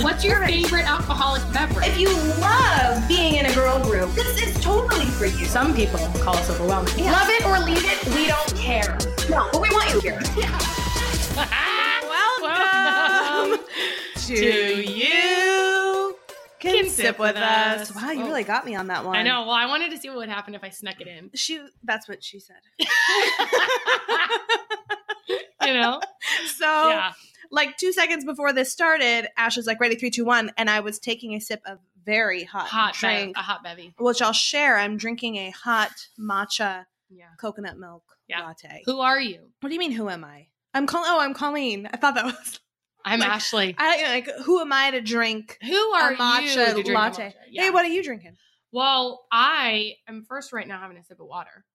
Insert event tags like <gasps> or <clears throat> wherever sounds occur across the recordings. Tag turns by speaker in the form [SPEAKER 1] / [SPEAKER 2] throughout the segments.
[SPEAKER 1] What's your favorite alcoholic
[SPEAKER 2] <laughs>
[SPEAKER 1] beverage?
[SPEAKER 3] If you love being in a girl group, this is totally for you.
[SPEAKER 4] Some people call us overwhelming.
[SPEAKER 3] Love it or leave it, we don't care. No, but we want you here.
[SPEAKER 4] Welcome
[SPEAKER 2] to
[SPEAKER 4] you
[SPEAKER 2] Can Sip With Us.
[SPEAKER 4] Wow, you
[SPEAKER 2] Oh.
[SPEAKER 4] really got me on that one.
[SPEAKER 2] I know. Well, I wanted to see what would happen if I snuck it
[SPEAKER 4] <laughs>
[SPEAKER 2] in.
[SPEAKER 4] She that's what she said. <laughs>
[SPEAKER 2] You know?
[SPEAKER 4] So
[SPEAKER 2] yeah.
[SPEAKER 4] like two seconds before this started, Ash was like, ready, three, two, one, and I was taking a sip of very hot,
[SPEAKER 2] Hot Uh. drink.
[SPEAKER 4] drink.
[SPEAKER 2] A hot bevy.
[SPEAKER 4] Which I'll share. I'm drinking a hot matcha
[SPEAKER 2] Yeah.
[SPEAKER 4] coconut milk
[SPEAKER 2] Yeah.
[SPEAKER 4] latte.
[SPEAKER 2] Who are you?
[SPEAKER 4] What do you mean? Who am I? I'm Col- Oh, I'm Colleen. I thought that was. <laughs>
[SPEAKER 2] I'm
[SPEAKER 4] Like,
[SPEAKER 2] Ashley.
[SPEAKER 4] I like. Who am I to drink
[SPEAKER 2] Who are
[SPEAKER 4] a matcha
[SPEAKER 2] you? to drink a
[SPEAKER 4] latte?
[SPEAKER 2] matcha? Yeah.
[SPEAKER 4] Hey, what are you drinking?
[SPEAKER 2] Well, I am first right now having a sip of
[SPEAKER 4] <laughs>
[SPEAKER 2] water.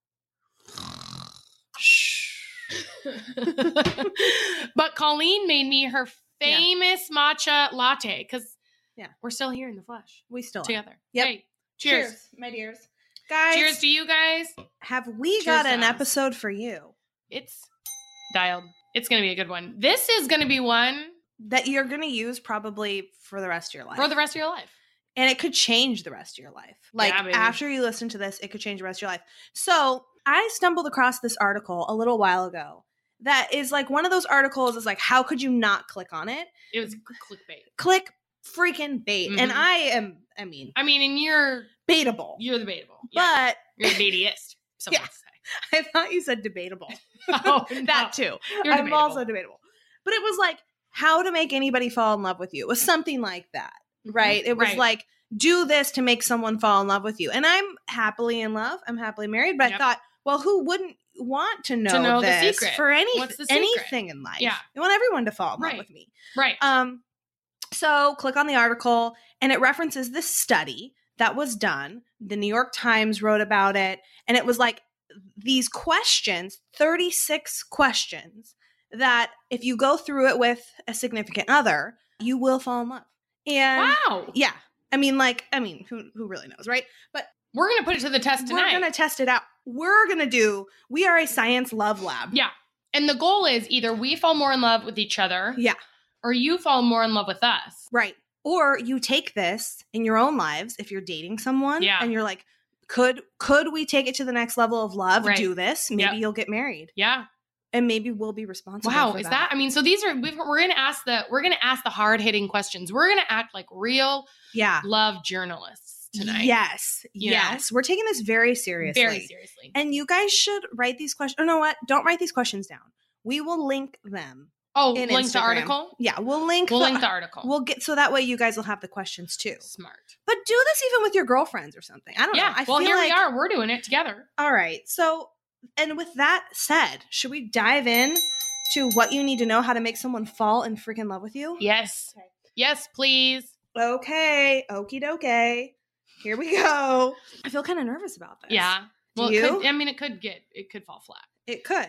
[SPEAKER 2] but Colleen made me her
[SPEAKER 4] Yeah.
[SPEAKER 2] famous matcha latte because
[SPEAKER 4] Yeah.
[SPEAKER 2] we're still here in the flesh
[SPEAKER 4] We still are.
[SPEAKER 2] together.
[SPEAKER 4] Yep.
[SPEAKER 2] Hey, cheers. cheers.
[SPEAKER 4] my dears. Guys,
[SPEAKER 2] to you guys.
[SPEAKER 4] have we
[SPEAKER 2] Cheers
[SPEAKER 4] got
[SPEAKER 2] to
[SPEAKER 4] an
[SPEAKER 2] us.
[SPEAKER 4] episode for you
[SPEAKER 2] It's dialed. It's going to be a good one. This is going to be one
[SPEAKER 4] that you're going to use probably for the rest of your life?
[SPEAKER 2] for the rest of your life.
[SPEAKER 4] and it could change the rest of your life. Like
[SPEAKER 2] Yeah, baby.
[SPEAKER 4] after you listen to this, it could change the rest of your life. So I stumbled across this article a little while ago that is like one of those articles is like, how could you not click on it?
[SPEAKER 2] It was clickbait.
[SPEAKER 4] Click freaking bait. And
[SPEAKER 2] Mhm.
[SPEAKER 4] I am, I mean,
[SPEAKER 2] I mean, and you're
[SPEAKER 4] baitable.
[SPEAKER 2] you're the baitable. Yeah.
[SPEAKER 4] but <laughs>
[SPEAKER 2] you're the baitiest. Some
[SPEAKER 4] Yeah.
[SPEAKER 2] would say.
[SPEAKER 4] I thought you said debatable.
[SPEAKER 2] <laughs> Oh,
[SPEAKER 4] <laughs> that
[SPEAKER 2] no.
[SPEAKER 4] too.
[SPEAKER 2] You're
[SPEAKER 4] I'm
[SPEAKER 2] debatable.
[SPEAKER 4] also debatable. But it was like how to make anybody fall in love with you. It was something like that, right? It was
[SPEAKER 2] Mm-hmm. Right.
[SPEAKER 4] like do this to make someone fall in love with you. And I'm happily in love. I'm happily married, but I
[SPEAKER 2] Yep.
[SPEAKER 4] thought, well, who wouldn't want to know,
[SPEAKER 2] know the
[SPEAKER 4] this
[SPEAKER 2] secret.
[SPEAKER 4] for any
[SPEAKER 2] What's the secret?
[SPEAKER 4] anything in life?
[SPEAKER 2] Yeah.
[SPEAKER 4] I want everyone to fall in
[SPEAKER 2] Right.
[SPEAKER 4] love with me.
[SPEAKER 2] right.
[SPEAKER 4] Um, so click on the article, and it references this study that was done. The New York Times wrote about it, and it was like these questions 36 questions that if you go through it with a significant other, you will fall in love. And
[SPEAKER 2] wow.
[SPEAKER 4] yeah, I mean, like, I mean, who, who really knows, right? But
[SPEAKER 2] We're gonna put it to the test
[SPEAKER 4] we're
[SPEAKER 2] tonight.
[SPEAKER 4] going to test it out. We're going to do, we are a science love lab.
[SPEAKER 2] Yeah. And the goal is either we fall more in love with each other.
[SPEAKER 4] Yeah.
[SPEAKER 2] Or you fall more in love with us.
[SPEAKER 4] Right. Or you take this in your own lives if you're dating someone
[SPEAKER 2] Yeah.
[SPEAKER 4] and you're like, could could we take it to the next level of love?
[SPEAKER 2] Right.
[SPEAKER 4] Do this. Maybe
[SPEAKER 2] Yep.
[SPEAKER 4] you'll get married.
[SPEAKER 2] Yeah.
[SPEAKER 4] And maybe we'll be responsible.
[SPEAKER 2] Wow.
[SPEAKER 4] for
[SPEAKER 2] Is that? I mean, so these are we've, we're gonna ask the we're gonna ask the hard hitting questions. We're gonna act like real
[SPEAKER 4] Yeah.
[SPEAKER 2] love journalists tonight.
[SPEAKER 4] Yes.
[SPEAKER 2] You know?
[SPEAKER 4] yes. We're taking this very seriously.
[SPEAKER 2] Very seriously.
[SPEAKER 4] And you guys should write these questions. Oh no what? Don't write these questions down. We will link them.
[SPEAKER 2] oh,
[SPEAKER 4] in
[SPEAKER 2] link the
[SPEAKER 4] Instagram.
[SPEAKER 2] article.
[SPEAKER 4] Yeah, we'll link
[SPEAKER 2] We'll
[SPEAKER 4] the-
[SPEAKER 2] link the article.
[SPEAKER 4] We'll get so that way you guys will have the questions too.
[SPEAKER 2] Smart.
[SPEAKER 4] But do this even with your girlfriends or something. I don't
[SPEAKER 2] Yeah.
[SPEAKER 4] know. I
[SPEAKER 2] well,
[SPEAKER 4] feel
[SPEAKER 2] here
[SPEAKER 4] like
[SPEAKER 2] we are. We're doing it together.
[SPEAKER 4] All right. So, and with that said, should we dive in to what you need to know how to make someone fall in freaking love with you?
[SPEAKER 2] Yes.
[SPEAKER 4] Okay.
[SPEAKER 2] Yes, please.
[SPEAKER 4] Okay. Okie dokie. Here we go. I feel kind of nervous about this.
[SPEAKER 2] Yeah.
[SPEAKER 4] Do
[SPEAKER 2] Well, it could,
[SPEAKER 4] you?
[SPEAKER 2] I mean, it could get it could fall flat,
[SPEAKER 4] It could.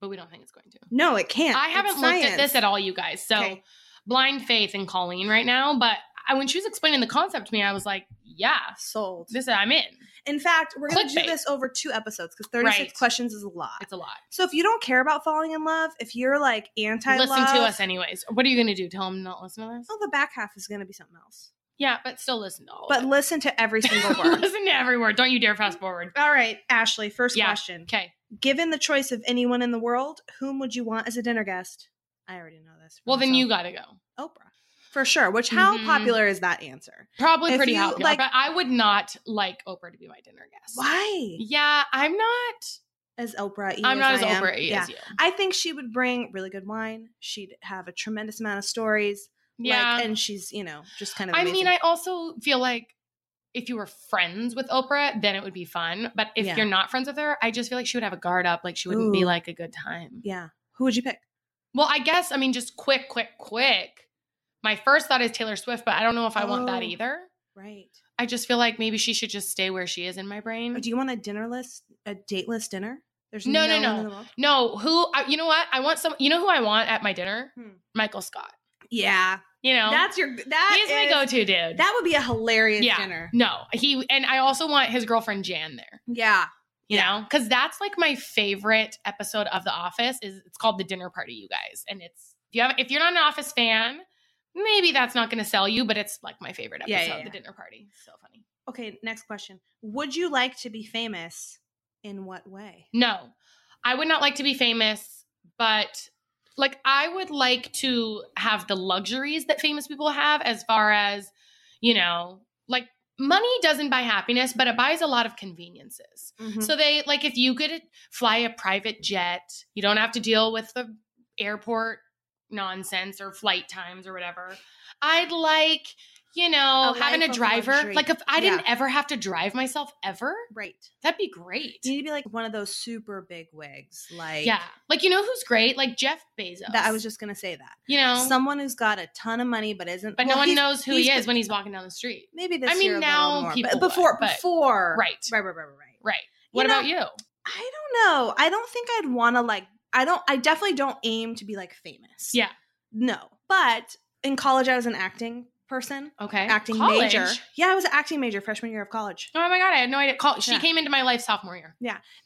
[SPEAKER 2] but we don't think it's going to.
[SPEAKER 4] No, it can't.
[SPEAKER 2] I
[SPEAKER 4] It's
[SPEAKER 2] haven't looked at
[SPEAKER 4] science.
[SPEAKER 2] this at all, you guys. So
[SPEAKER 4] Okay.
[SPEAKER 2] blind faith in Colleen right now, but I, when she was explaining the concept to me, I was like, yeah,
[SPEAKER 4] Sold.
[SPEAKER 2] this I'm in.
[SPEAKER 4] In fact, we're going to do
[SPEAKER 2] Clickbait.
[SPEAKER 4] this over two episodes because 36
[SPEAKER 2] Right.
[SPEAKER 4] questions is a lot.
[SPEAKER 2] It's a lot.
[SPEAKER 4] So if you don't care about falling in love, if you're like anti love,
[SPEAKER 2] listen to us anyways. What are you going to do? Tell them not listen to this?
[SPEAKER 4] Oh, the back half is going to be something else.
[SPEAKER 2] Yeah, but still listen to all. <laughs>
[SPEAKER 4] But
[SPEAKER 2] of
[SPEAKER 4] listen to every
[SPEAKER 2] <laughs>
[SPEAKER 4] single
[SPEAKER 2] it.
[SPEAKER 4] word.
[SPEAKER 2] listen to every word. Don't you dare fast forward.
[SPEAKER 4] All right, Ashley, first
[SPEAKER 2] Yeah.
[SPEAKER 4] question.
[SPEAKER 2] Okay.
[SPEAKER 4] Given the choice of anyone in the world, whom would you want as a dinner guest? I already know this. for
[SPEAKER 2] Well, then you got
[SPEAKER 4] myself.
[SPEAKER 2] to go.
[SPEAKER 4] Oprah. For sure. Which how
[SPEAKER 2] Mhm.
[SPEAKER 4] popular is that answer?
[SPEAKER 2] Probably
[SPEAKER 4] If
[SPEAKER 2] pretty
[SPEAKER 4] you,
[SPEAKER 2] popular,
[SPEAKER 4] like-
[SPEAKER 2] but I would not like Oprah to be my dinner guest.
[SPEAKER 4] Why?
[SPEAKER 2] Yeah, I'm not.
[SPEAKER 4] As Oprah.
[SPEAKER 2] I'm not as
[SPEAKER 4] I am.
[SPEAKER 2] Oprah E
[SPEAKER 4] Yeah.
[SPEAKER 2] as you.
[SPEAKER 4] I think she would bring really good wine. She'd have a tremendous amount of stories.
[SPEAKER 2] Yeah.
[SPEAKER 4] Like, and she's, you know, just kind of
[SPEAKER 2] I
[SPEAKER 4] amazing.
[SPEAKER 2] mean, I also feel like if you were friends with Oprah, then it would be fun. But if
[SPEAKER 4] Yeah.
[SPEAKER 2] you're not friends with her, I just feel like she would have a guard up. Like she wouldn't be
[SPEAKER 4] Ooh.
[SPEAKER 2] like a good time.
[SPEAKER 4] Yeah. Who would you pick?
[SPEAKER 2] Well, I guess, I mean, just quick, quick, quick. My first thought is Taylor Swift, but I don't know if I want that
[SPEAKER 4] Oh.
[SPEAKER 2] either.
[SPEAKER 4] Right.
[SPEAKER 2] I just feel like maybe she should just stay where she is in my brain.
[SPEAKER 4] Do you want a dinner list, a dateless dinner? There's
[SPEAKER 2] No, no,
[SPEAKER 4] no, one
[SPEAKER 2] no.
[SPEAKER 4] in the world.
[SPEAKER 2] no, who, I, you know what? I want some, you know who I want at my dinner?
[SPEAKER 4] Hmm.
[SPEAKER 2] Michael Scott.
[SPEAKER 4] Yeah.
[SPEAKER 2] You know,
[SPEAKER 4] That's your that
[SPEAKER 2] he's my
[SPEAKER 4] is-
[SPEAKER 2] go to dude.
[SPEAKER 4] That would be a hilarious
[SPEAKER 2] Yeah.
[SPEAKER 4] dinner.
[SPEAKER 2] no, he, and I also want his girlfriend Jan there.
[SPEAKER 4] Yeah.
[SPEAKER 2] you
[SPEAKER 4] Yeah.
[SPEAKER 2] know because that's like my favorite episode of the office is it's called the dinner party you guys and it's if you have if you're not an office fan maybe that's not going to sell you, but it's like my favorite
[SPEAKER 4] Yeah,
[SPEAKER 2] episode,
[SPEAKER 4] yeah, yeah.
[SPEAKER 2] the dinner party. So funny.
[SPEAKER 4] Okay, next question. Would you like to be famous in what way?
[SPEAKER 2] No, I would not like to be famous, but like I would like to have the luxuries that famous people have as far as, you know, like money doesn't buy happiness, but it buys a lot of conveniences.
[SPEAKER 4] Mhm.
[SPEAKER 2] So they like if you could fly a private jet, you don't have to deal with the airport nonsense or flight times or whatever. I'd like, you know,
[SPEAKER 4] A
[SPEAKER 2] having
[SPEAKER 4] life
[SPEAKER 2] a
[SPEAKER 4] of
[SPEAKER 2] driver.
[SPEAKER 4] luxury.
[SPEAKER 2] Like if I didn't ever have to drive myself ever,
[SPEAKER 4] Right.
[SPEAKER 2] that'd be great.
[SPEAKER 4] You need to be like one of those super big wigs. Like
[SPEAKER 2] Yeah. Like you know who's great? Like Jeff Bezos.
[SPEAKER 4] That I was just gonna say that.
[SPEAKER 2] you know,
[SPEAKER 4] Someone who's got a ton of money but isn't
[SPEAKER 2] but
[SPEAKER 4] well,
[SPEAKER 2] no one
[SPEAKER 4] he's-
[SPEAKER 2] knows who he
[SPEAKER 4] he's-
[SPEAKER 2] is when he's walking down the street.
[SPEAKER 4] Maybe this
[SPEAKER 2] I mean,
[SPEAKER 4] year a little
[SPEAKER 2] now
[SPEAKER 4] more,
[SPEAKER 2] people
[SPEAKER 4] but
[SPEAKER 2] would,
[SPEAKER 4] before
[SPEAKER 2] but-
[SPEAKER 4] before
[SPEAKER 2] Right.
[SPEAKER 4] right right right right right
[SPEAKER 2] Right. What
[SPEAKER 4] know-
[SPEAKER 2] about you?
[SPEAKER 4] I don't know. I don't think I'd want to like. I don't. I definitely don't aim to be like famous.
[SPEAKER 2] Yeah.
[SPEAKER 4] No. But in college, I was an acting person,
[SPEAKER 2] Okay.
[SPEAKER 4] acting
[SPEAKER 2] College?
[SPEAKER 4] major. Yeah, I was an acting major freshman year of college.
[SPEAKER 2] Oh my god, I had no idea. Col- She
[SPEAKER 4] Yeah.
[SPEAKER 2] came into my life sophomore year.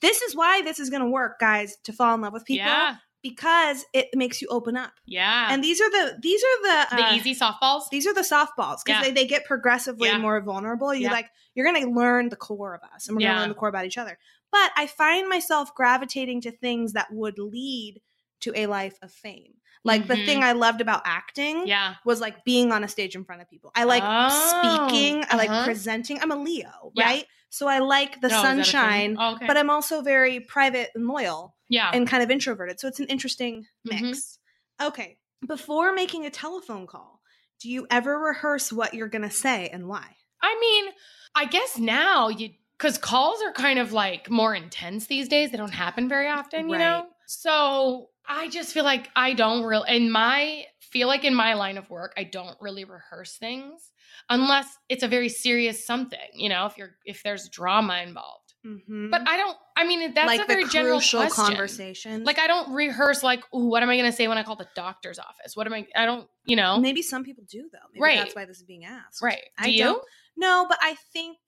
[SPEAKER 4] This is why this is going to work, guys. To fall in love with people
[SPEAKER 2] Yeah.
[SPEAKER 4] because it makes you open up.
[SPEAKER 2] Yeah.
[SPEAKER 4] And these are the these are the
[SPEAKER 2] the
[SPEAKER 4] uh,
[SPEAKER 2] easy softballs.
[SPEAKER 4] These are the softballs
[SPEAKER 2] Yeah.
[SPEAKER 4] because they, they get progressively
[SPEAKER 2] Yeah.
[SPEAKER 4] more vulnerable. You
[SPEAKER 2] Yeah.
[SPEAKER 4] like you're gonna learn the core of us and we're
[SPEAKER 2] Yeah.
[SPEAKER 4] gonna learn the core about each other. But I find myself gravitating to things that would lead to a life of fame. Like the
[SPEAKER 2] Mhm.
[SPEAKER 4] thing I loved about acting
[SPEAKER 2] Yeah.
[SPEAKER 4] was like being on a stage in front of people. I like
[SPEAKER 2] Oh,
[SPEAKER 4] speaking, I like
[SPEAKER 2] uh-huh.
[SPEAKER 4] presenting. I'm a Leo,
[SPEAKER 2] Yeah.
[SPEAKER 4] right? So I like the
[SPEAKER 2] Oh, is that a thing?
[SPEAKER 4] sunshine,
[SPEAKER 2] Oh, okay. Oh.
[SPEAKER 4] but uh, I'm also very private and loyal
[SPEAKER 2] yeah.
[SPEAKER 4] and kind of introverted. So it's an interesting mix.
[SPEAKER 2] Mhm.
[SPEAKER 4] Okay. Before making a telephone call, do you ever rehearse what you're going to say and why?
[SPEAKER 2] I mean, I guess now you because calls are kind of like more intense these days. They don't happen very often, you
[SPEAKER 4] Right.
[SPEAKER 2] know. So I just feel like I don't real in my feel like in my line of work, I don't really rehearse things unless it's a very serious something, you know. If you're if there's drama involved,
[SPEAKER 4] Mm-hmm.
[SPEAKER 2] but I don't. I mean, that's
[SPEAKER 4] like
[SPEAKER 2] a very
[SPEAKER 4] the
[SPEAKER 2] general
[SPEAKER 4] crucial
[SPEAKER 2] question.
[SPEAKER 4] conversations.
[SPEAKER 2] Like I don't rehearse like, ooh, what am I going to say when I call the doctor's office? What am I? I don't, you know.
[SPEAKER 4] maybe some people do though. Maybe
[SPEAKER 2] Right.
[SPEAKER 4] That's why this is being asked.
[SPEAKER 2] Right. Do
[SPEAKER 4] I
[SPEAKER 2] you?
[SPEAKER 4] don't- No, but I think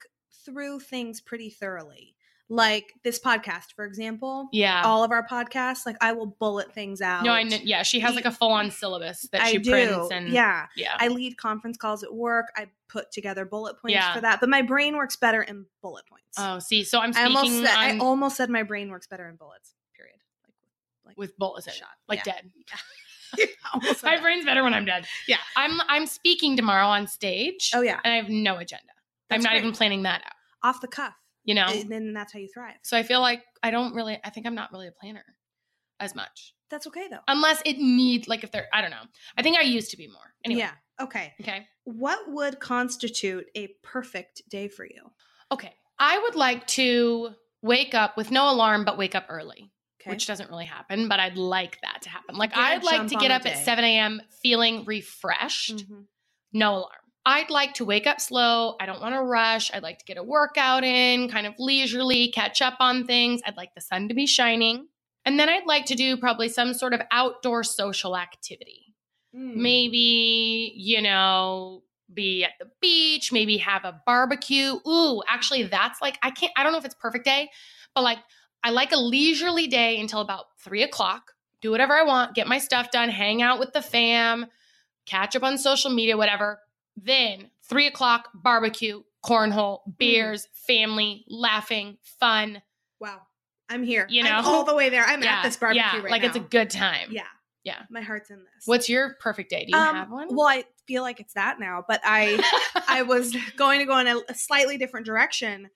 [SPEAKER 4] through things pretty thoroughly. Like this podcast, for example,
[SPEAKER 2] Yeah.
[SPEAKER 4] all of our podcasts, like I will bullet things out.
[SPEAKER 2] No, I kn- yeah, she has like a full on syllabus that
[SPEAKER 4] I
[SPEAKER 2] she
[SPEAKER 4] do.
[SPEAKER 2] prints and
[SPEAKER 4] yeah.
[SPEAKER 2] yeah.
[SPEAKER 4] I lead conference calls at work. I put together bullet points
[SPEAKER 2] Yeah.
[SPEAKER 4] for that, but my brain works better in bullet points.
[SPEAKER 2] oh, see, so I'm
[SPEAKER 4] I
[SPEAKER 2] speaking
[SPEAKER 4] almost said, I
[SPEAKER 2] on-
[SPEAKER 4] almost said my brain works better in bullets. Period. Like
[SPEAKER 2] with bullets in it,
[SPEAKER 4] shot. <laughs>
[SPEAKER 2] like
[SPEAKER 4] yeah.
[SPEAKER 2] dead.
[SPEAKER 4] Almost said
[SPEAKER 2] My
[SPEAKER 4] that.
[SPEAKER 2] brain's better when I'm dead.
[SPEAKER 4] Yeah.
[SPEAKER 2] I'm I'm speaking tomorrow on stage,
[SPEAKER 4] Oh yeah,
[SPEAKER 2] and I have no agenda. I'm
[SPEAKER 4] That's
[SPEAKER 2] not
[SPEAKER 4] great.
[SPEAKER 2] even planning that out.
[SPEAKER 4] off the cuff.
[SPEAKER 2] You know,
[SPEAKER 4] And then that's how you thrive.
[SPEAKER 2] so I feel like I don't really. I think I'm not really a planner as much,
[SPEAKER 4] That's okay though.
[SPEAKER 2] unless it need like if they're. I don't know. I think I used to be more. Anyway.
[SPEAKER 4] Yeah. Okay.
[SPEAKER 2] Okay.
[SPEAKER 4] What would constitute a perfect day for you?
[SPEAKER 2] Okay. I would like to wake up with no alarm, but wake up early.
[SPEAKER 4] Okay.
[SPEAKER 2] which doesn't really happen, but I'd like that to happen. Like
[SPEAKER 4] Get a
[SPEAKER 2] I'd like
[SPEAKER 4] jump
[SPEAKER 2] to
[SPEAKER 4] on
[SPEAKER 2] get
[SPEAKER 4] the
[SPEAKER 2] up at
[SPEAKER 4] day.
[SPEAKER 2] 7 a.m. feeling refreshed,
[SPEAKER 4] Mhm.
[SPEAKER 2] no alarm. I'd like to wake up slow. I don't want to rush. I'd like to get a workout in, kind of leisurely, catch up on things. I'd like the sun to be shining. And then I'd like to do probably some sort of outdoor social activity.
[SPEAKER 4] Mm.
[SPEAKER 2] Hmm. Maybe, you know, be at the beach, maybe have a barbecue. Ooh, actually, that's like, I can't, I don't know if it's perfect day, but like, I like a leisurely day until about three o'clock. Do whatever I want, get my stuff done, hang out with the fam, catch up on social media, whatever. Then three o'clock, barbecue, cornhole,
[SPEAKER 4] Hmm.
[SPEAKER 2] beers, family, laughing, fun.
[SPEAKER 4] Wow. I'm here.
[SPEAKER 2] You
[SPEAKER 4] I'm
[SPEAKER 2] know?
[SPEAKER 4] all the way there. I'm
[SPEAKER 2] Yeah,
[SPEAKER 4] at this barbecue
[SPEAKER 2] yeah,
[SPEAKER 4] right
[SPEAKER 2] like
[SPEAKER 4] now.
[SPEAKER 2] it's a good time.
[SPEAKER 4] yeah.
[SPEAKER 2] Yeah.
[SPEAKER 4] My heart's in this.
[SPEAKER 2] What's your perfect day? Do you
[SPEAKER 4] Um,
[SPEAKER 2] have one?
[SPEAKER 4] Well, I feel like it's that now, but I
[SPEAKER 2] <laughs>
[SPEAKER 4] I was going to go in a, a slightly different direction,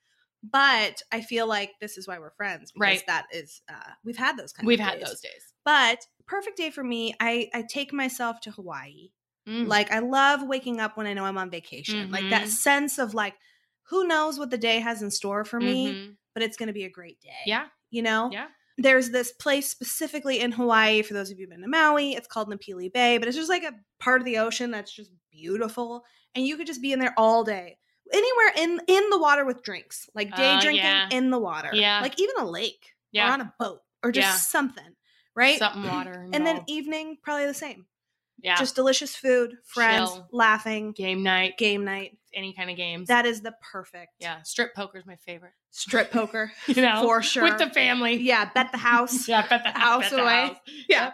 [SPEAKER 4] but I feel like this is why we're friends. Because
[SPEAKER 2] Right.
[SPEAKER 4] That is, uh, we've had those kind.
[SPEAKER 2] We've
[SPEAKER 4] of
[SPEAKER 2] had
[SPEAKER 4] days.
[SPEAKER 2] those days.
[SPEAKER 4] But perfect day for me. I I take myself to Hawaii.
[SPEAKER 2] Mm.
[SPEAKER 4] Like I love waking up when I know I'm on vacation. Like that
[SPEAKER 2] Mhm.
[SPEAKER 4] sense of like, who knows what the day has in store for me,
[SPEAKER 2] Mhm.
[SPEAKER 4] but it's going to be a great day.
[SPEAKER 2] Yeah.
[SPEAKER 4] You know.
[SPEAKER 2] Yeah.
[SPEAKER 4] There's this place specifically in Hawaii for those of you who've been to Maui. It's called Napili Bay, but it's just like a part of the ocean that's just beautiful, and you could just be in there all day, anywhere in in the water with drinks, like day
[SPEAKER 2] Oh,
[SPEAKER 4] drinking
[SPEAKER 2] yeah.
[SPEAKER 4] in the water,
[SPEAKER 2] Yeah.
[SPEAKER 4] like even a lake or
[SPEAKER 2] Yeah.
[SPEAKER 4] on a boat or just
[SPEAKER 2] Yeah.
[SPEAKER 4] something, right?
[SPEAKER 2] Something water.
[SPEAKER 4] And then
[SPEAKER 2] all.
[SPEAKER 4] evening, probably the same,
[SPEAKER 2] yeah.
[SPEAKER 4] just delicious food, friends,
[SPEAKER 2] Chill.
[SPEAKER 4] laughing,
[SPEAKER 2] game night,
[SPEAKER 4] game night.
[SPEAKER 2] any kind of games.
[SPEAKER 4] That is the perfect
[SPEAKER 2] yeah. Strip poker is my
[SPEAKER 4] <laughs>
[SPEAKER 2] favorite. <laughs>
[SPEAKER 4] strip poker
[SPEAKER 2] You know?
[SPEAKER 4] for sure.
[SPEAKER 2] With <laughs> the family.
[SPEAKER 4] yeah, bet the
[SPEAKER 2] <laughs>
[SPEAKER 4] house. <laughs>
[SPEAKER 2] Yeah, bet the
[SPEAKER 4] house
[SPEAKER 2] bet the
[SPEAKER 4] away.
[SPEAKER 2] house.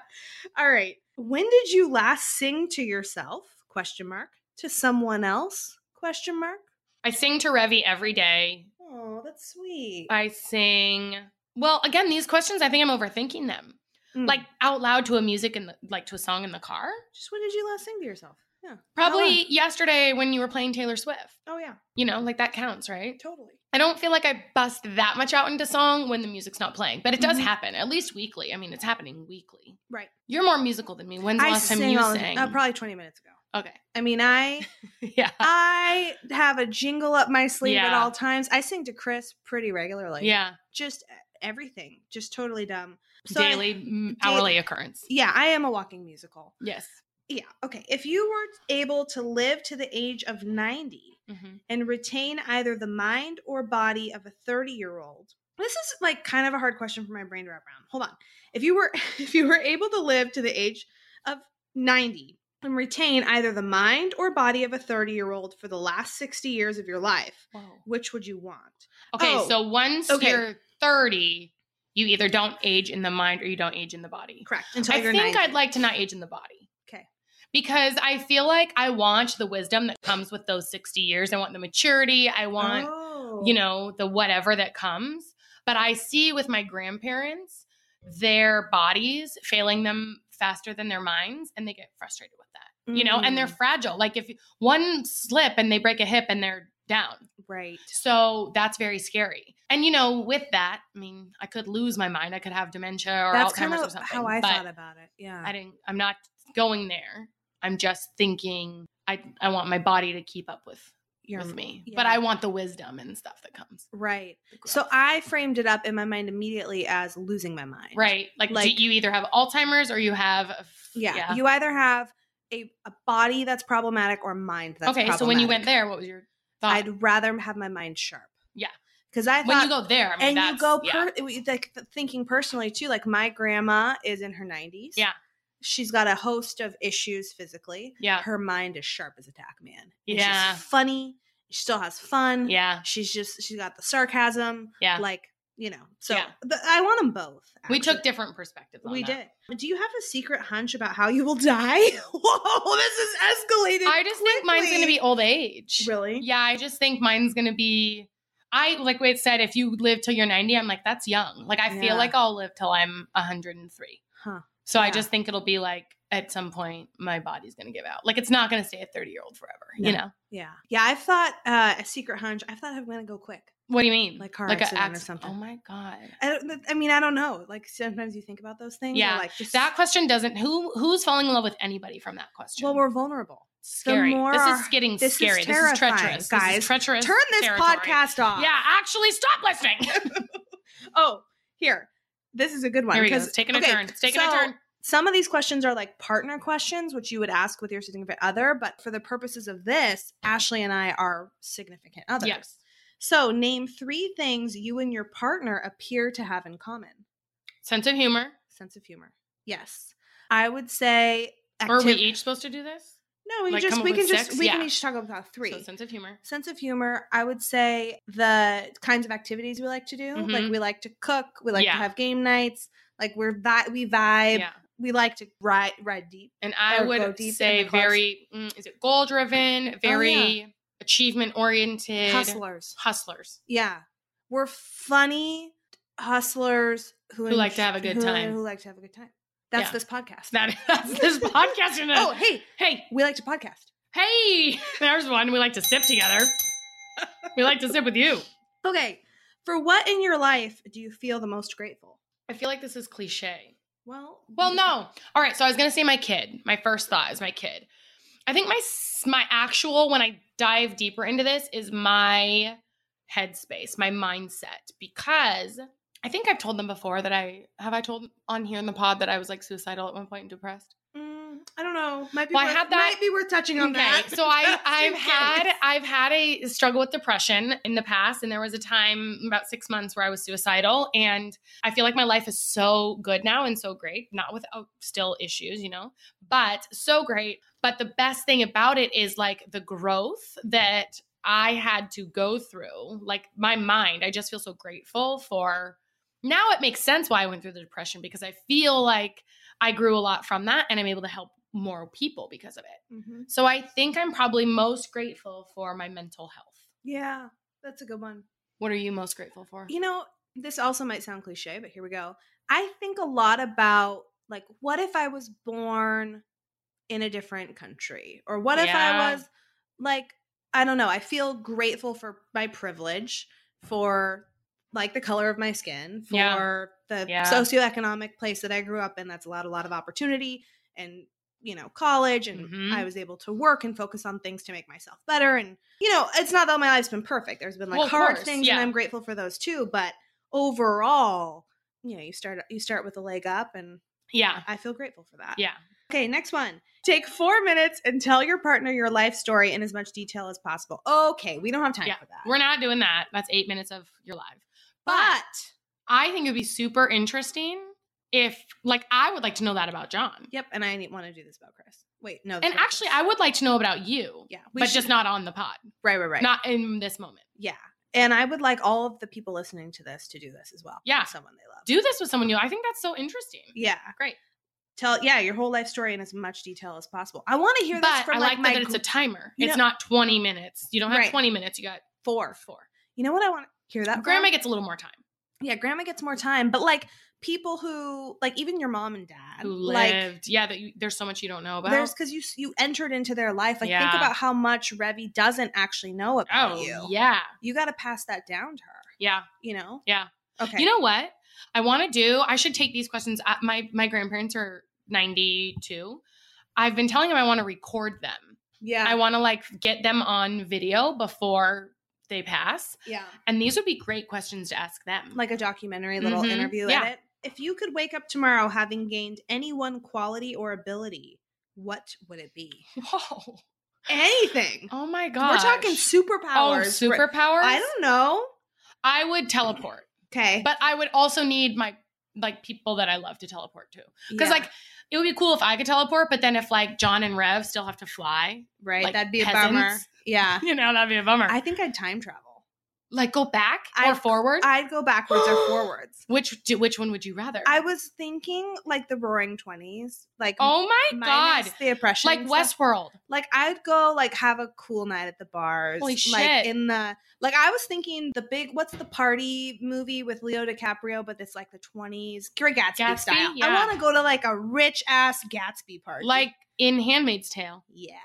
[SPEAKER 4] All right. When did you last sing to yourself? Question mark. To someone else? Question mark.
[SPEAKER 2] I sing to Revi every day.
[SPEAKER 4] Oh, that's sweet.
[SPEAKER 2] I sing. Well, again, these questions, I think I'm overthinking them.
[SPEAKER 4] Mm.
[SPEAKER 2] Like out loud to a music and like to a song in the car.
[SPEAKER 4] just when did you last sing to yourself? Yeah.
[SPEAKER 2] Probably yesterday when you were playing Taylor Swift.
[SPEAKER 4] Oh yeah,
[SPEAKER 2] You know, like that counts, right?
[SPEAKER 4] totally.
[SPEAKER 2] I don't feel like I bust that much out into song when the music's not playing, but it does
[SPEAKER 4] Mhm.
[SPEAKER 2] happen at least weekly. I mean, it's happening weekly.
[SPEAKER 4] Right.
[SPEAKER 2] You're more musical than me. When's the
[SPEAKER 4] I
[SPEAKER 2] last time you
[SPEAKER 4] all the-
[SPEAKER 2] sang?
[SPEAKER 4] uh, probably 20 minutes ago.
[SPEAKER 2] okay. <laughs>
[SPEAKER 4] I mean, I
[SPEAKER 2] Yeah.
[SPEAKER 4] I have a jingle up my sleeve at
[SPEAKER 2] Yeah.
[SPEAKER 4] all times. I sing to Chris pretty regularly.
[SPEAKER 2] yeah.
[SPEAKER 4] Just everything. Just totally dumb. I-
[SPEAKER 2] Daily, m hourly occurrence.
[SPEAKER 4] yeah, I am a walking musical.
[SPEAKER 2] Yes.
[SPEAKER 4] Yeah. Okay. If you were able to live to the age of 90
[SPEAKER 2] hmm
[SPEAKER 4] and retain either the mind or body of a 30 year old, this is like kind of a hard question for my brain to wrap around. Hold on. If you were <laughs> if you were able to live to the age of 90 and retain either the mind or body of a 30 year old for the last 60 years of your life,
[SPEAKER 2] Whoa.
[SPEAKER 4] which would you want?
[SPEAKER 2] Okay,
[SPEAKER 4] Oh,
[SPEAKER 2] so once
[SPEAKER 4] okay.
[SPEAKER 2] you're 30, you either don't age in the mind or you don't age in the body.
[SPEAKER 4] Correct. Until
[SPEAKER 2] I
[SPEAKER 4] you're
[SPEAKER 2] think
[SPEAKER 4] 90.
[SPEAKER 2] I'd like to not age in the body.
[SPEAKER 4] Okay.
[SPEAKER 2] Because I feel like I want the wisdom that comes with those 60 years. I want the maturity. I want,
[SPEAKER 4] Oh.
[SPEAKER 2] you know, the whatever that comes. But I see with my grandparents, their bodies failing them faster than their minds, and they get frustrated with that, you know, and they're
[SPEAKER 4] Mm,
[SPEAKER 2] fragile. Like if one slip and they break a hip and they're down.
[SPEAKER 4] right.
[SPEAKER 2] So that's very scary. And you know, with that, I mean, I could lose my mind. I could have dementia or
[SPEAKER 4] That's kind
[SPEAKER 2] Alzheimer's or
[SPEAKER 4] of
[SPEAKER 2] something.
[SPEAKER 4] how I
[SPEAKER 2] but
[SPEAKER 4] thought about it. Yeah.
[SPEAKER 2] I didn't. I'm not going there. I'm just thinking. I I want my body to keep up with
[SPEAKER 4] You're-
[SPEAKER 2] with me, but
[SPEAKER 4] yeah.
[SPEAKER 2] I want the wisdom and stuff that comes.
[SPEAKER 4] Right.
[SPEAKER 2] the
[SPEAKER 4] So
[SPEAKER 2] growth.
[SPEAKER 4] I framed it up in my mind immediately as losing my mind.
[SPEAKER 2] right, like, do
[SPEAKER 4] like-
[SPEAKER 2] you either have Alzheimer's or you have a f-
[SPEAKER 4] Yeah. You either have a, a body that's problematic or a mind that's
[SPEAKER 2] okay, so when you went
[SPEAKER 4] problematic.
[SPEAKER 2] there, what was your thought?
[SPEAKER 4] I'd rather have my mind sharp.
[SPEAKER 2] Yeah.
[SPEAKER 4] Because I thought,
[SPEAKER 2] when you go there, I mean,
[SPEAKER 4] and
[SPEAKER 2] that's,
[SPEAKER 4] you go
[SPEAKER 2] yeah.
[SPEAKER 4] per- like thinking personally too. Like my grandma is in her nineties.
[SPEAKER 2] Yeah.
[SPEAKER 4] She's got a host of issues physically.
[SPEAKER 2] yeah,
[SPEAKER 4] Her mind is sharp as a tack man. And
[SPEAKER 2] Uh, Yeah.
[SPEAKER 4] She's funny. She still has fun.
[SPEAKER 2] yeah,
[SPEAKER 4] She's just she's got the sarcasm.
[SPEAKER 2] Yeah.
[SPEAKER 4] Like you know. So
[SPEAKER 2] Yeah.
[SPEAKER 4] but I want them both.
[SPEAKER 2] we
[SPEAKER 4] actually.
[SPEAKER 2] took different perspectives. on
[SPEAKER 4] We
[SPEAKER 2] that.
[SPEAKER 4] did. Do you have a secret hunch about how you will die? <laughs> Whoa, this is escalated.
[SPEAKER 2] I just think mine's going to
[SPEAKER 4] quickly.
[SPEAKER 2] be old age.
[SPEAKER 4] really.
[SPEAKER 2] Yeah, I just think mine's gonna be. I like what it said. If you live till you're 90, I'm like that's young. Like I
[SPEAKER 4] Yeah.
[SPEAKER 2] feel like I'll live till I'm 103.
[SPEAKER 4] Huh.
[SPEAKER 2] So I
[SPEAKER 4] Yeah.
[SPEAKER 2] just think it'll be like at some point my body's gonna give out. Like it's not gonna stay a 30 year old forever. You
[SPEAKER 4] No.
[SPEAKER 2] know
[SPEAKER 4] Yeah. Yeah. I've thought uh, a secret hunch. I've thought I'm going to go quick.
[SPEAKER 2] what do you mean?
[SPEAKER 4] Like car
[SPEAKER 2] a
[SPEAKER 4] accident or
[SPEAKER 2] acc-
[SPEAKER 4] something.
[SPEAKER 2] Oh my god.
[SPEAKER 4] I, don't, I mean, I don't know. Like sometimes you think about those things. you're
[SPEAKER 2] Yeah.
[SPEAKER 4] Like just
[SPEAKER 2] That question doesn't. Who who's falling in love with anybody from that question?
[SPEAKER 4] Well, we're vulnerable.
[SPEAKER 2] scary.
[SPEAKER 4] more
[SPEAKER 2] this
[SPEAKER 4] our-
[SPEAKER 2] is getting
[SPEAKER 4] this is
[SPEAKER 2] scary. This is
[SPEAKER 4] terrifying,
[SPEAKER 2] treacherous, This
[SPEAKER 4] guys.
[SPEAKER 2] is treacherous.
[SPEAKER 4] Turn this
[SPEAKER 2] territory.
[SPEAKER 4] podcast off.
[SPEAKER 2] Yeah, actually, stop
[SPEAKER 4] <laughs>
[SPEAKER 2] listening.
[SPEAKER 4] Oh, here. This is a good one.
[SPEAKER 2] Here we go.
[SPEAKER 4] 'cause-
[SPEAKER 2] It's taking a
[SPEAKER 4] okay,
[SPEAKER 2] turn. It's taking
[SPEAKER 4] so
[SPEAKER 2] a turn.
[SPEAKER 4] Some of these questions are like partner questions, which you would ask with your significant other. But for the purposes of this, Ashley and I are significant others.
[SPEAKER 2] Yes.
[SPEAKER 4] So name three things you and your partner appear to have in common.
[SPEAKER 2] Sense of humor.
[SPEAKER 4] Sense of humor. Yes. I would say
[SPEAKER 2] Or Are we
[SPEAKER 4] activ-
[SPEAKER 2] each supposed to do this?
[SPEAKER 4] No, we
[SPEAKER 2] like, come
[SPEAKER 4] just
[SPEAKER 2] up
[SPEAKER 4] we
[SPEAKER 2] with
[SPEAKER 4] can just
[SPEAKER 2] six?
[SPEAKER 4] we can
[SPEAKER 2] Yeah.
[SPEAKER 4] each talk about three.
[SPEAKER 2] So sense of humor.
[SPEAKER 4] sense of humor i would say the kinds of activities we like to do like
[SPEAKER 2] Mhm.
[SPEAKER 4] we like to cook we like
[SPEAKER 2] Yeah.
[SPEAKER 4] to have game nights like we're vi- we vibe
[SPEAKER 2] Yeah.
[SPEAKER 4] we like to ride ride deep
[SPEAKER 2] And I
[SPEAKER 4] Or go
[SPEAKER 2] would
[SPEAKER 4] deep in
[SPEAKER 2] say
[SPEAKER 4] the closet.
[SPEAKER 2] very mm, is it goal driven, very achievement oriented
[SPEAKER 4] hustlers
[SPEAKER 2] hustlers.
[SPEAKER 4] yeah we're funny hustlers who,
[SPEAKER 2] Who like to
[SPEAKER 4] enj-
[SPEAKER 2] have a good
[SPEAKER 4] who-
[SPEAKER 2] time.
[SPEAKER 4] who like to have a good time that's
[SPEAKER 2] Yeah.
[SPEAKER 4] this podcast
[SPEAKER 2] That, <laughs> that's this podcast. you <laughs>
[SPEAKER 4] oh
[SPEAKER 2] know.
[SPEAKER 4] hey
[SPEAKER 2] Hey,
[SPEAKER 4] we like to podcast
[SPEAKER 2] hey, <laughs> there's one. We like to sip together. We like to sip with you.
[SPEAKER 4] okay for what in your life do you feel the most grateful
[SPEAKER 2] I feel like this is cliche.
[SPEAKER 4] well
[SPEAKER 2] Well,
[SPEAKER 4] you-
[SPEAKER 2] no. All right. So I was gonna say my kid. My first thought is my kid. I think my s- my actual when I dive deeper into this is my headspace, my mindset, because I think I've told them before that I have I told on here in the pod that I was like suicidal at one point and depressed.
[SPEAKER 4] Mm, I don't know. Might be
[SPEAKER 2] Well, I
[SPEAKER 4] worth,
[SPEAKER 2] had that-
[SPEAKER 4] might be worth touching on that.
[SPEAKER 2] so I
[SPEAKER 4] <laughs> just
[SPEAKER 2] I've
[SPEAKER 4] in
[SPEAKER 2] had
[SPEAKER 4] case.
[SPEAKER 2] I've had a struggle with depression in the past, and there was a time about six months where I was suicidal, and I feel like my life is so good now and so great, not without still issues, you know, but so great. But the best thing about it is like the growth that I had to go through, like my mind. I just feel so grateful for. Now it makes sense why I went through the depression because I feel like I grew a lot from that, and I'm able to help more people because of it.
[SPEAKER 4] Mm-hmm.
[SPEAKER 2] So I think I'm probably most grateful for my mental health.
[SPEAKER 4] Yeah, that's a good one.
[SPEAKER 2] What are you most grateful for?
[SPEAKER 4] You know, this also might sound cliche, but here we go. I think a lot about like, what if I was born in a different country? Or what if
[SPEAKER 2] Yeah.
[SPEAKER 4] I was like, I don't know, I feel grateful for my privilege, for like the color of my skin, for
[SPEAKER 2] Yeah.
[SPEAKER 4] the
[SPEAKER 2] Yeah.
[SPEAKER 4] socioeconomic place that I grew up in that's allowed a lot of opportunity and you know, college and
[SPEAKER 2] Mhm.
[SPEAKER 4] I was able to work and focus on things to make myself better and you know, it's not that my life's been perfect. There's been like
[SPEAKER 2] Well, of
[SPEAKER 4] hard
[SPEAKER 2] course,
[SPEAKER 4] things
[SPEAKER 2] yeah.
[SPEAKER 4] and I'm grateful for those too, but overall, you know, you start you start with a leg up and
[SPEAKER 2] Yeah.
[SPEAKER 4] I feel grateful for that.
[SPEAKER 2] Yeah.
[SPEAKER 4] Okay, next one. Take 4 minutes and tell your partner your life story in as much detail as possible. Okay, we don't have time
[SPEAKER 2] Yeah,
[SPEAKER 4] for that.
[SPEAKER 2] We're not doing that. That's eight minutes of your life. But
[SPEAKER 4] but
[SPEAKER 2] I think it'd be super interesting if, like, I would like to know that about John.
[SPEAKER 4] Yep, and I want to do this about Chris. Wait, no. this
[SPEAKER 2] And
[SPEAKER 4] is about
[SPEAKER 2] actually,
[SPEAKER 4] Chris.
[SPEAKER 2] I would like to know about you,
[SPEAKER 4] yeah,
[SPEAKER 2] but just not on the pod,
[SPEAKER 4] right, right, right.
[SPEAKER 2] not in this moment.
[SPEAKER 4] yeah, and I would like all of the people listening to this to do this as well.
[SPEAKER 2] Yeah.
[SPEAKER 4] with someone they love.
[SPEAKER 2] Do this with someone new. I think that's so interesting.
[SPEAKER 4] yeah,
[SPEAKER 2] Great.
[SPEAKER 4] Tell yeah your whole life story in as much detail as possible. I want to hear this
[SPEAKER 2] But
[SPEAKER 4] from
[SPEAKER 2] I like,
[SPEAKER 4] my
[SPEAKER 2] that it's a
[SPEAKER 4] group-
[SPEAKER 2] timer.
[SPEAKER 4] You
[SPEAKER 2] It's
[SPEAKER 4] know-
[SPEAKER 2] not 20 minutes. You don't have
[SPEAKER 4] Right.
[SPEAKER 2] 20 minutes. You got
[SPEAKER 4] four.
[SPEAKER 2] four.
[SPEAKER 4] You know what I want to hear that from?
[SPEAKER 2] Grandma gets a little more time.
[SPEAKER 4] Yeah, grandma gets more time, but like people who like even your mom and dad
[SPEAKER 2] Who
[SPEAKER 4] like.
[SPEAKER 2] lived? yeah, that you, there's so much you don't know about.
[SPEAKER 4] There's because you s- you entered into their life. Like think
[SPEAKER 2] Yeah.
[SPEAKER 4] about how much Revi doesn't actually know about
[SPEAKER 2] oh,
[SPEAKER 4] you.
[SPEAKER 2] yeah,
[SPEAKER 4] You got to pass that down to her.
[SPEAKER 2] yeah.
[SPEAKER 4] You know.
[SPEAKER 2] Yeah.
[SPEAKER 4] Okay.
[SPEAKER 2] You know what? I want to do. I should take these questions. Uh, My my grandparents are 92. I've been telling them I want to record them.
[SPEAKER 4] yeah.
[SPEAKER 2] I want to like get them on video before they pass.
[SPEAKER 4] yeah.
[SPEAKER 2] And these would be great questions to ask them.
[SPEAKER 4] like a documentary little
[SPEAKER 2] Mhm.
[SPEAKER 4] interview
[SPEAKER 2] Yeah.
[SPEAKER 4] edit. If you could wake up tomorrow having gained any one quality or ability, what would it be?
[SPEAKER 2] <laughs> whoa.
[SPEAKER 4] Anything.
[SPEAKER 2] Oh my god.
[SPEAKER 4] We're talking
[SPEAKER 2] Oh,
[SPEAKER 4] superpowers.
[SPEAKER 2] superpowers.
[SPEAKER 4] I don't know.
[SPEAKER 2] I would teleport,
[SPEAKER 4] Okay.
[SPEAKER 2] but I would also need my like people that I love to teleport to. Because like it would be cool if I could teleport, but then if like John and Rev still have to fly,
[SPEAKER 4] right,
[SPEAKER 2] like
[SPEAKER 4] that'd be a
[SPEAKER 2] peasants.
[SPEAKER 4] bummer. Yeah.
[SPEAKER 2] <laughs> you know, that'd be a bummer.
[SPEAKER 4] I think I'd time travel.
[SPEAKER 2] like go back or
[SPEAKER 4] I-
[SPEAKER 2] forward?
[SPEAKER 4] I'd go backwards
[SPEAKER 2] <gasps>
[SPEAKER 4] or forwards.
[SPEAKER 2] which do, which one would you rather?
[SPEAKER 4] I was thinking like the roaring 20s, like
[SPEAKER 2] oh my
[SPEAKER 4] minus
[SPEAKER 2] god.
[SPEAKER 4] the oppression.
[SPEAKER 2] Like
[SPEAKER 4] stuff.
[SPEAKER 2] Westworld.
[SPEAKER 4] Like I'd go like have a cool night at the bars.
[SPEAKER 2] Holy shit.
[SPEAKER 4] Like in the like I was thinking the big what's the party movie with Leo DiCaprio, but it's like the twenties. Great Gatsby,
[SPEAKER 2] Gatsby?
[SPEAKER 4] style.
[SPEAKER 2] Yeah.
[SPEAKER 4] I wanna go to like a rich ass Gatsby party.
[SPEAKER 2] Like in Handmaid's Tale.
[SPEAKER 4] Yeah.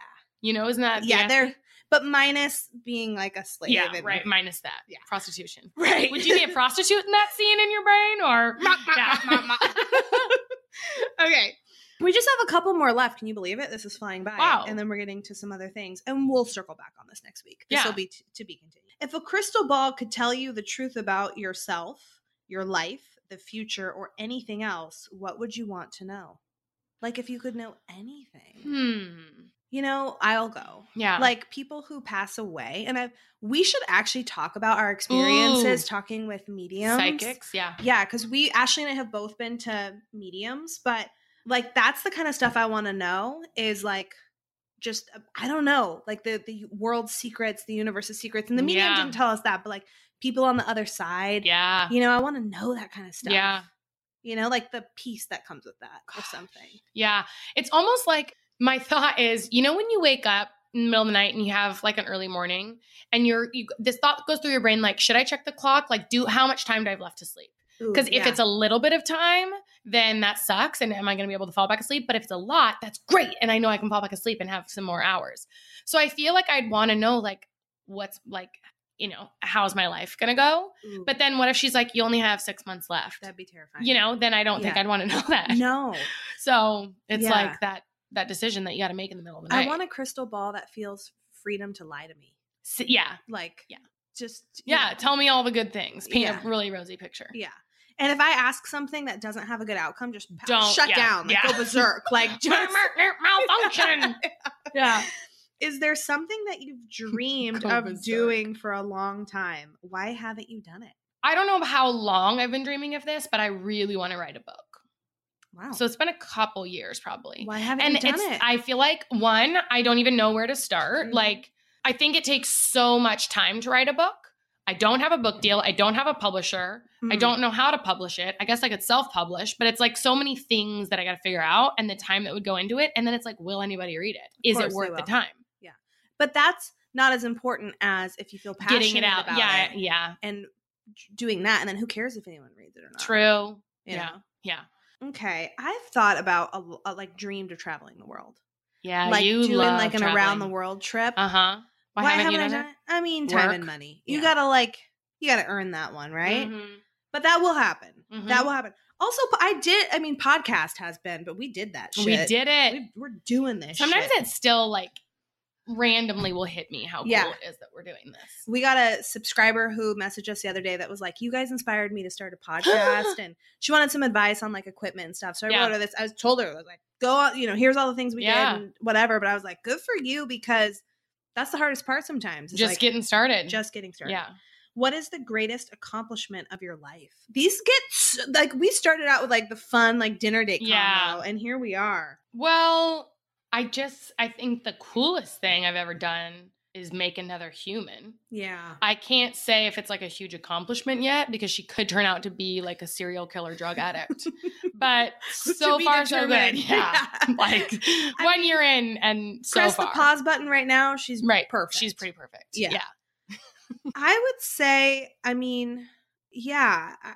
[SPEAKER 2] You know, isn't that
[SPEAKER 4] yeah,
[SPEAKER 2] the-
[SPEAKER 4] there but minus being like a slave.
[SPEAKER 2] Yeah,
[SPEAKER 4] and-
[SPEAKER 2] right, minus that.
[SPEAKER 4] Yeah.
[SPEAKER 2] Prostitution.
[SPEAKER 4] <laughs> Right.
[SPEAKER 2] Would you be a prostitute in that scene in your brain or
[SPEAKER 4] <laughs>
[SPEAKER 2] Yeah.
[SPEAKER 4] okay. We just have a couple more left. Can you believe it? This is flying by.
[SPEAKER 2] Wow.
[SPEAKER 4] And then we're getting to some other things. And we'll circle back on this next week. This
[SPEAKER 2] Yeah.
[SPEAKER 4] will be t- to be continued. If a crystal ball could tell you the truth about yourself, your life, the future, or anything else, what would you want to know? Like if you could know anything.
[SPEAKER 2] Hmm.
[SPEAKER 4] You know, I'll go.
[SPEAKER 2] Yeah.
[SPEAKER 4] Like people who pass away. And I've, we should actually talk about our experiences
[SPEAKER 2] Ooh.
[SPEAKER 4] talking with mediums.
[SPEAKER 2] psychics, yeah.
[SPEAKER 4] Yeah, because we Ashley and I have both been to mediums, but like that's the kind of stuff I want to know is like just uh, I don't know, like the the world's secrets, the universe's secrets, and the medium
[SPEAKER 2] Yeah.
[SPEAKER 4] didn't tell us that, but like people on the other side,
[SPEAKER 2] Yeah.
[SPEAKER 4] you know, I want to know that kind of stuff.
[SPEAKER 2] Yeah.
[SPEAKER 4] you know, like the peace that comes with that or something.
[SPEAKER 2] Yeah. It's almost like my thought is, you know, when you wake up in the middle of the night and you have like an early morning and you're, you, this thought goes through your brain, like, should I check the clock? Like, do, how much time do I have left to sleep? Because if it's a little bit of time, then that sucks. And am I going to be able to fall back asleep? But if it's a lot, that's great. And I know I can fall back asleep and have some more hours. So I feel like I'd want to know, like, what's like, you know, how's my life going to go? But then what if she's like, you only have six months left?
[SPEAKER 4] that'd be terrifying.
[SPEAKER 2] You know, then I don't think
[SPEAKER 4] Yeah.
[SPEAKER 2] I'd want to <laughs> know that.
[SPEAKER 4] no,
[SPEAKER 2] So it's
[SPEAKER 4] Yeah.
[SPEAKER 2] like that that decision that you got to make in the middle of the night.
[SPEAKER 4] I want a crystal ball that feels freedom to lie to me,
[SPEAKER 2] S- yeah,
[SPEAKER 4] like
[SPEAKER 2] Yeah.
[SPEAKER 4] just you
[SPEAKER 2] yeah.
[SPEAKER 4] know.
[SPEAKER 2] Tell me all the good things. Paint
[SPEAKER 4] Yeah.
[SPEAKER 2] a really rosy picture.
[SPEAKER 4] Yeah. And if I ask something that doesn't have a good outcome, just pa-
[SPEAKER 2] Don't-
[SPEAKER 4] shut
[SPEAKER 2] yeah,
[SPEAKER 4] down, like
[SPEAKER 2] yeah. <laughs>
[SPEAKER 4] go berserk. Like, just, <laughs>
[SPEAKER 2] Malfunction. yeah.
[SPEAKER 4] is there something that you've dreamed
[SPEAKER 2] <laughs> Go
[SPEAKER 4] of
[SPEAKER 2] berserk.
[SPEAKER 4] doing for a long time? Why haven't you done it?
[SPEAKER 2] I don't know how long I've been dreaming of this, but I really want to write a book.
[SPEAKER 4] Wow.
[SPEAKER 2] So it's been a couple years, probably.
[SPEAKER 4] why haven't
[SPEAKER 2] and
[SPEAKER 4] you done
[SPEAKER 2] it's
[SPEAKER 4] it?
[SPEAKER 2] i feel like one i don't even know where to start
[SPEAKER 4] Mhm.
[SPEAKER 2] like i think it takes so much time to write a book I don't have a book deal. I don't have a publisher. I
[SPEAKER 4] Mm.
[SPEAKER 2] don't know how to publish it. I guess I could self publish, but it's like so many things that I got to figure out and the time that would go into it. And then it's like, will anybody read it? Is
[SPEAKER 4] course
[SPEAKER 2] it
[SPEAKER 4] they
[SPEAKER 2] worth the
[SPEAKER 4] will.
[SPEAKER 2] time?
[SPEAKER 4] But that's not as important as if you feel passionate
[SPEAKER 2] Getting it out.
[SPEAKER 4] about
[SPEAKER 2] Yeah.
[SPEAKER 4] it
[SPEAKER 2] Yeah.
[SPEAKER 4] and j- doing that. And then who cares if anyone reads it or not?
[SPEAKER 2] True.
[SPEAKER 4] you
[SPEAKER 2] yeah.
[SPEAKER 4] know?
[SPEAKER 2] Yeah.
[SPEAKER 4] Okay. I've thought about a, a, like dreamed of traveling the world,
[SPEAKER 2] Yeah.
[SPEAKER 4] like
[SPEAKER 2] you
[SPEAKER 4] doing
[SPEAKER 2] love
[SPEAKER 4] like an around the
[SPEAKER 2] world.
[SPEAKER 4] world trip.
[SPEAKER 2] Uh huh. Why, haven't you done
[SPEAKER 4] I it? I mean, time and
[SPEAKER 2] Work.
[SPEAKER 4] money. You
[SPEAKER 2] Yeah.
[SPEAKER 4] gotta like, you gotta earn that one,
[SPEAKER 2] it?
[SPEAKER 4] right?
[SPEAKER 2] Mhm.
[SPEAKER 4] But that will happen. That
[SPEAKER 2] Mhm.
[SPEAKER 4] will happen. Also, po- I did. I mean, podcast has been, but we did that. Shit.
[SPEAKER 2] We did it.
[SPEAKER 4] We, we're doing this.
[SPEAKER 2] Sometimes
[SPEAKER 4] shit.
[SPEAKER 2] it still like randomly will hit me how
[SPEAKER 4] Yeah.
[SPEAKER 2] cool it is that we're doing this.
[SPEAKER 4] we got a subscriber who messaged us the other day that was like, "You guys inspired me to
[SPEAKER 2] <gasps>
[SPEAKER 4] start a podcast," and she wanted some advice on like equipment and stuff. So I
[SPEAKER 2] Yeah.
[SPEAKER 4] wrote her this. I was told her I was like, "Go, out, you know, here's all the things we
[SPEAKER 2] Yeah.
[SPEAKER 4] did, and whatever." But I was like, "Good for you," because that's the hardest part sometimes. is,
[SPEAKER 2] Just
[SPEAKER 4] like,
[SPEAKER 2] getting started.
[SPEAKER 4] just getting started.
[SPEAKER 2] yeah.
[SPEAKER 4] What is the greatest accomplishment of your life? These get s- like we started out with like the fun like dinner date combo,
[SPEAKER 2] Yeah.
[SPEAKER 4] and here we are.
[SPEAKER 2] Well, I just I think the coolest thing I've ever done is make another human.
[SPEAKER 4] Yeah.
[SPEAKER 2] I can't say if it's like a huge accomplishment yet because she could turn out to be like a serial killer drug
[SPEAKER 4] <laughs>
[SPEAKER 2] addict. but so far so good. Yeah. <laughs>
[SPEAKER 4] <laughs>
[SPEAKER 2] Like one year in and so
[SPEAKER 4] press
[SPEAKER 2] far.
[SPEAKER 4] the pause button right now. She's
[SPEAKER 2] right.
[SPEAKER 4] perfect.
[SPEAKER 2] She's pretty perfect.
[SPEAKER 4] Yeah.
[SPEAKER 2] Yeah.
[SPEAKER 4] I would say, I mean, yeah, I,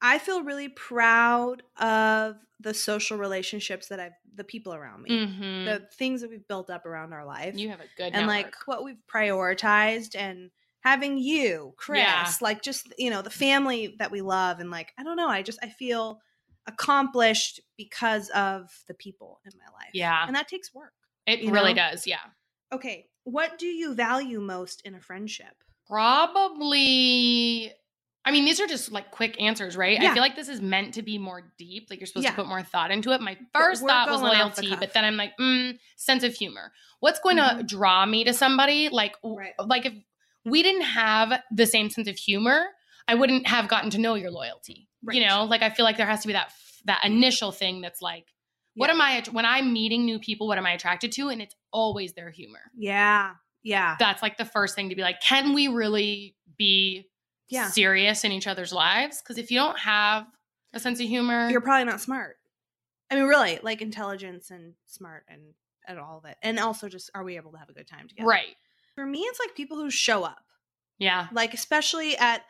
[SPEAKER 4] I feel really proud of the social relationships that I've, the people around me,
[SPEAKER 2] Mhm.
[SPEAKER 4] the things that we've built up around our life,
[SPEAKER 2] you have a good
[SPEAKER 4] and
[SPEAKER 2] network.
[SPEAKER 4] like what we've prioritized, and having you, Chris,
[SPEAKER 2] Yeah.
[SPEAKER 4] like just, you know, the family that we love. And like, I don't know, I just, I feel accomplished because of the people in my life.
[SPEAKER 2] yeah.
[SPEAKER 4] And that takes work.
[SPEAKER 2] It
[SPEAKER 4] you
[SPEAKER 2] really
[SPEAKER 4] know?
[SPEAKER 2] does. Yeah.
[SPEAKER 4] Okay. What do you value most in a friendship?
[SPEAKER 2] Probably. I mean, these are just like quick answers, right?
[SPEAKER 4] Yeah.
[SPEAKER 2] I feel like this is meant to be more deep. Like you're supposed
[SPEAKER 4] Yeah.
[SPEAKER 2] to put more thought into it. My first
[SPEAKER 4] we're
[SPEAKER 2] thought was
[SPEAKER 4] going off the
[SPEAKER 2] loyalty,
[SPEAKER 4] cuff.
[SPEAKER 2] but then I'm like, mm, sense of humor. What's going to
[SPEAKER 4] Mhm.
[SPEAKER 2] draw me to somebody? Like, w-
[SPEAKER 4] Right.
[SPEAKER 2] like if we didn't have the same sense of humor, I wouldn't have gotten to know your loyalty.
[SPEAKER 4] Right.
[SPEAKER 2] You know, like I feel like there has to be that f- that initial thing that's like, what
[SPEAKER 4] Yeah.
[SPEAKER 2] am I when I'm meeting new people? What am I attracted to? And it's always their humor
[SPEAKER 4] Yeah. Yeah.
[SPEAKER 2] that's like the first thing to be like, can we really be
[SPEAKER 4] Yeah.
[SPEAKER 2] serious in each other's lives? Because if you don't have a sense of humor,
[SPEAKER 4] you're probably not smart. I mean, really, like intelligence and smart and and all of it, and also just are we able to have a good time together?
[SPEAKER 2] right.
[SPEAKER 4] For me, it's like people who show up,
[SPEAKER 2] Yeah.
[SPEAKER 4] like especially at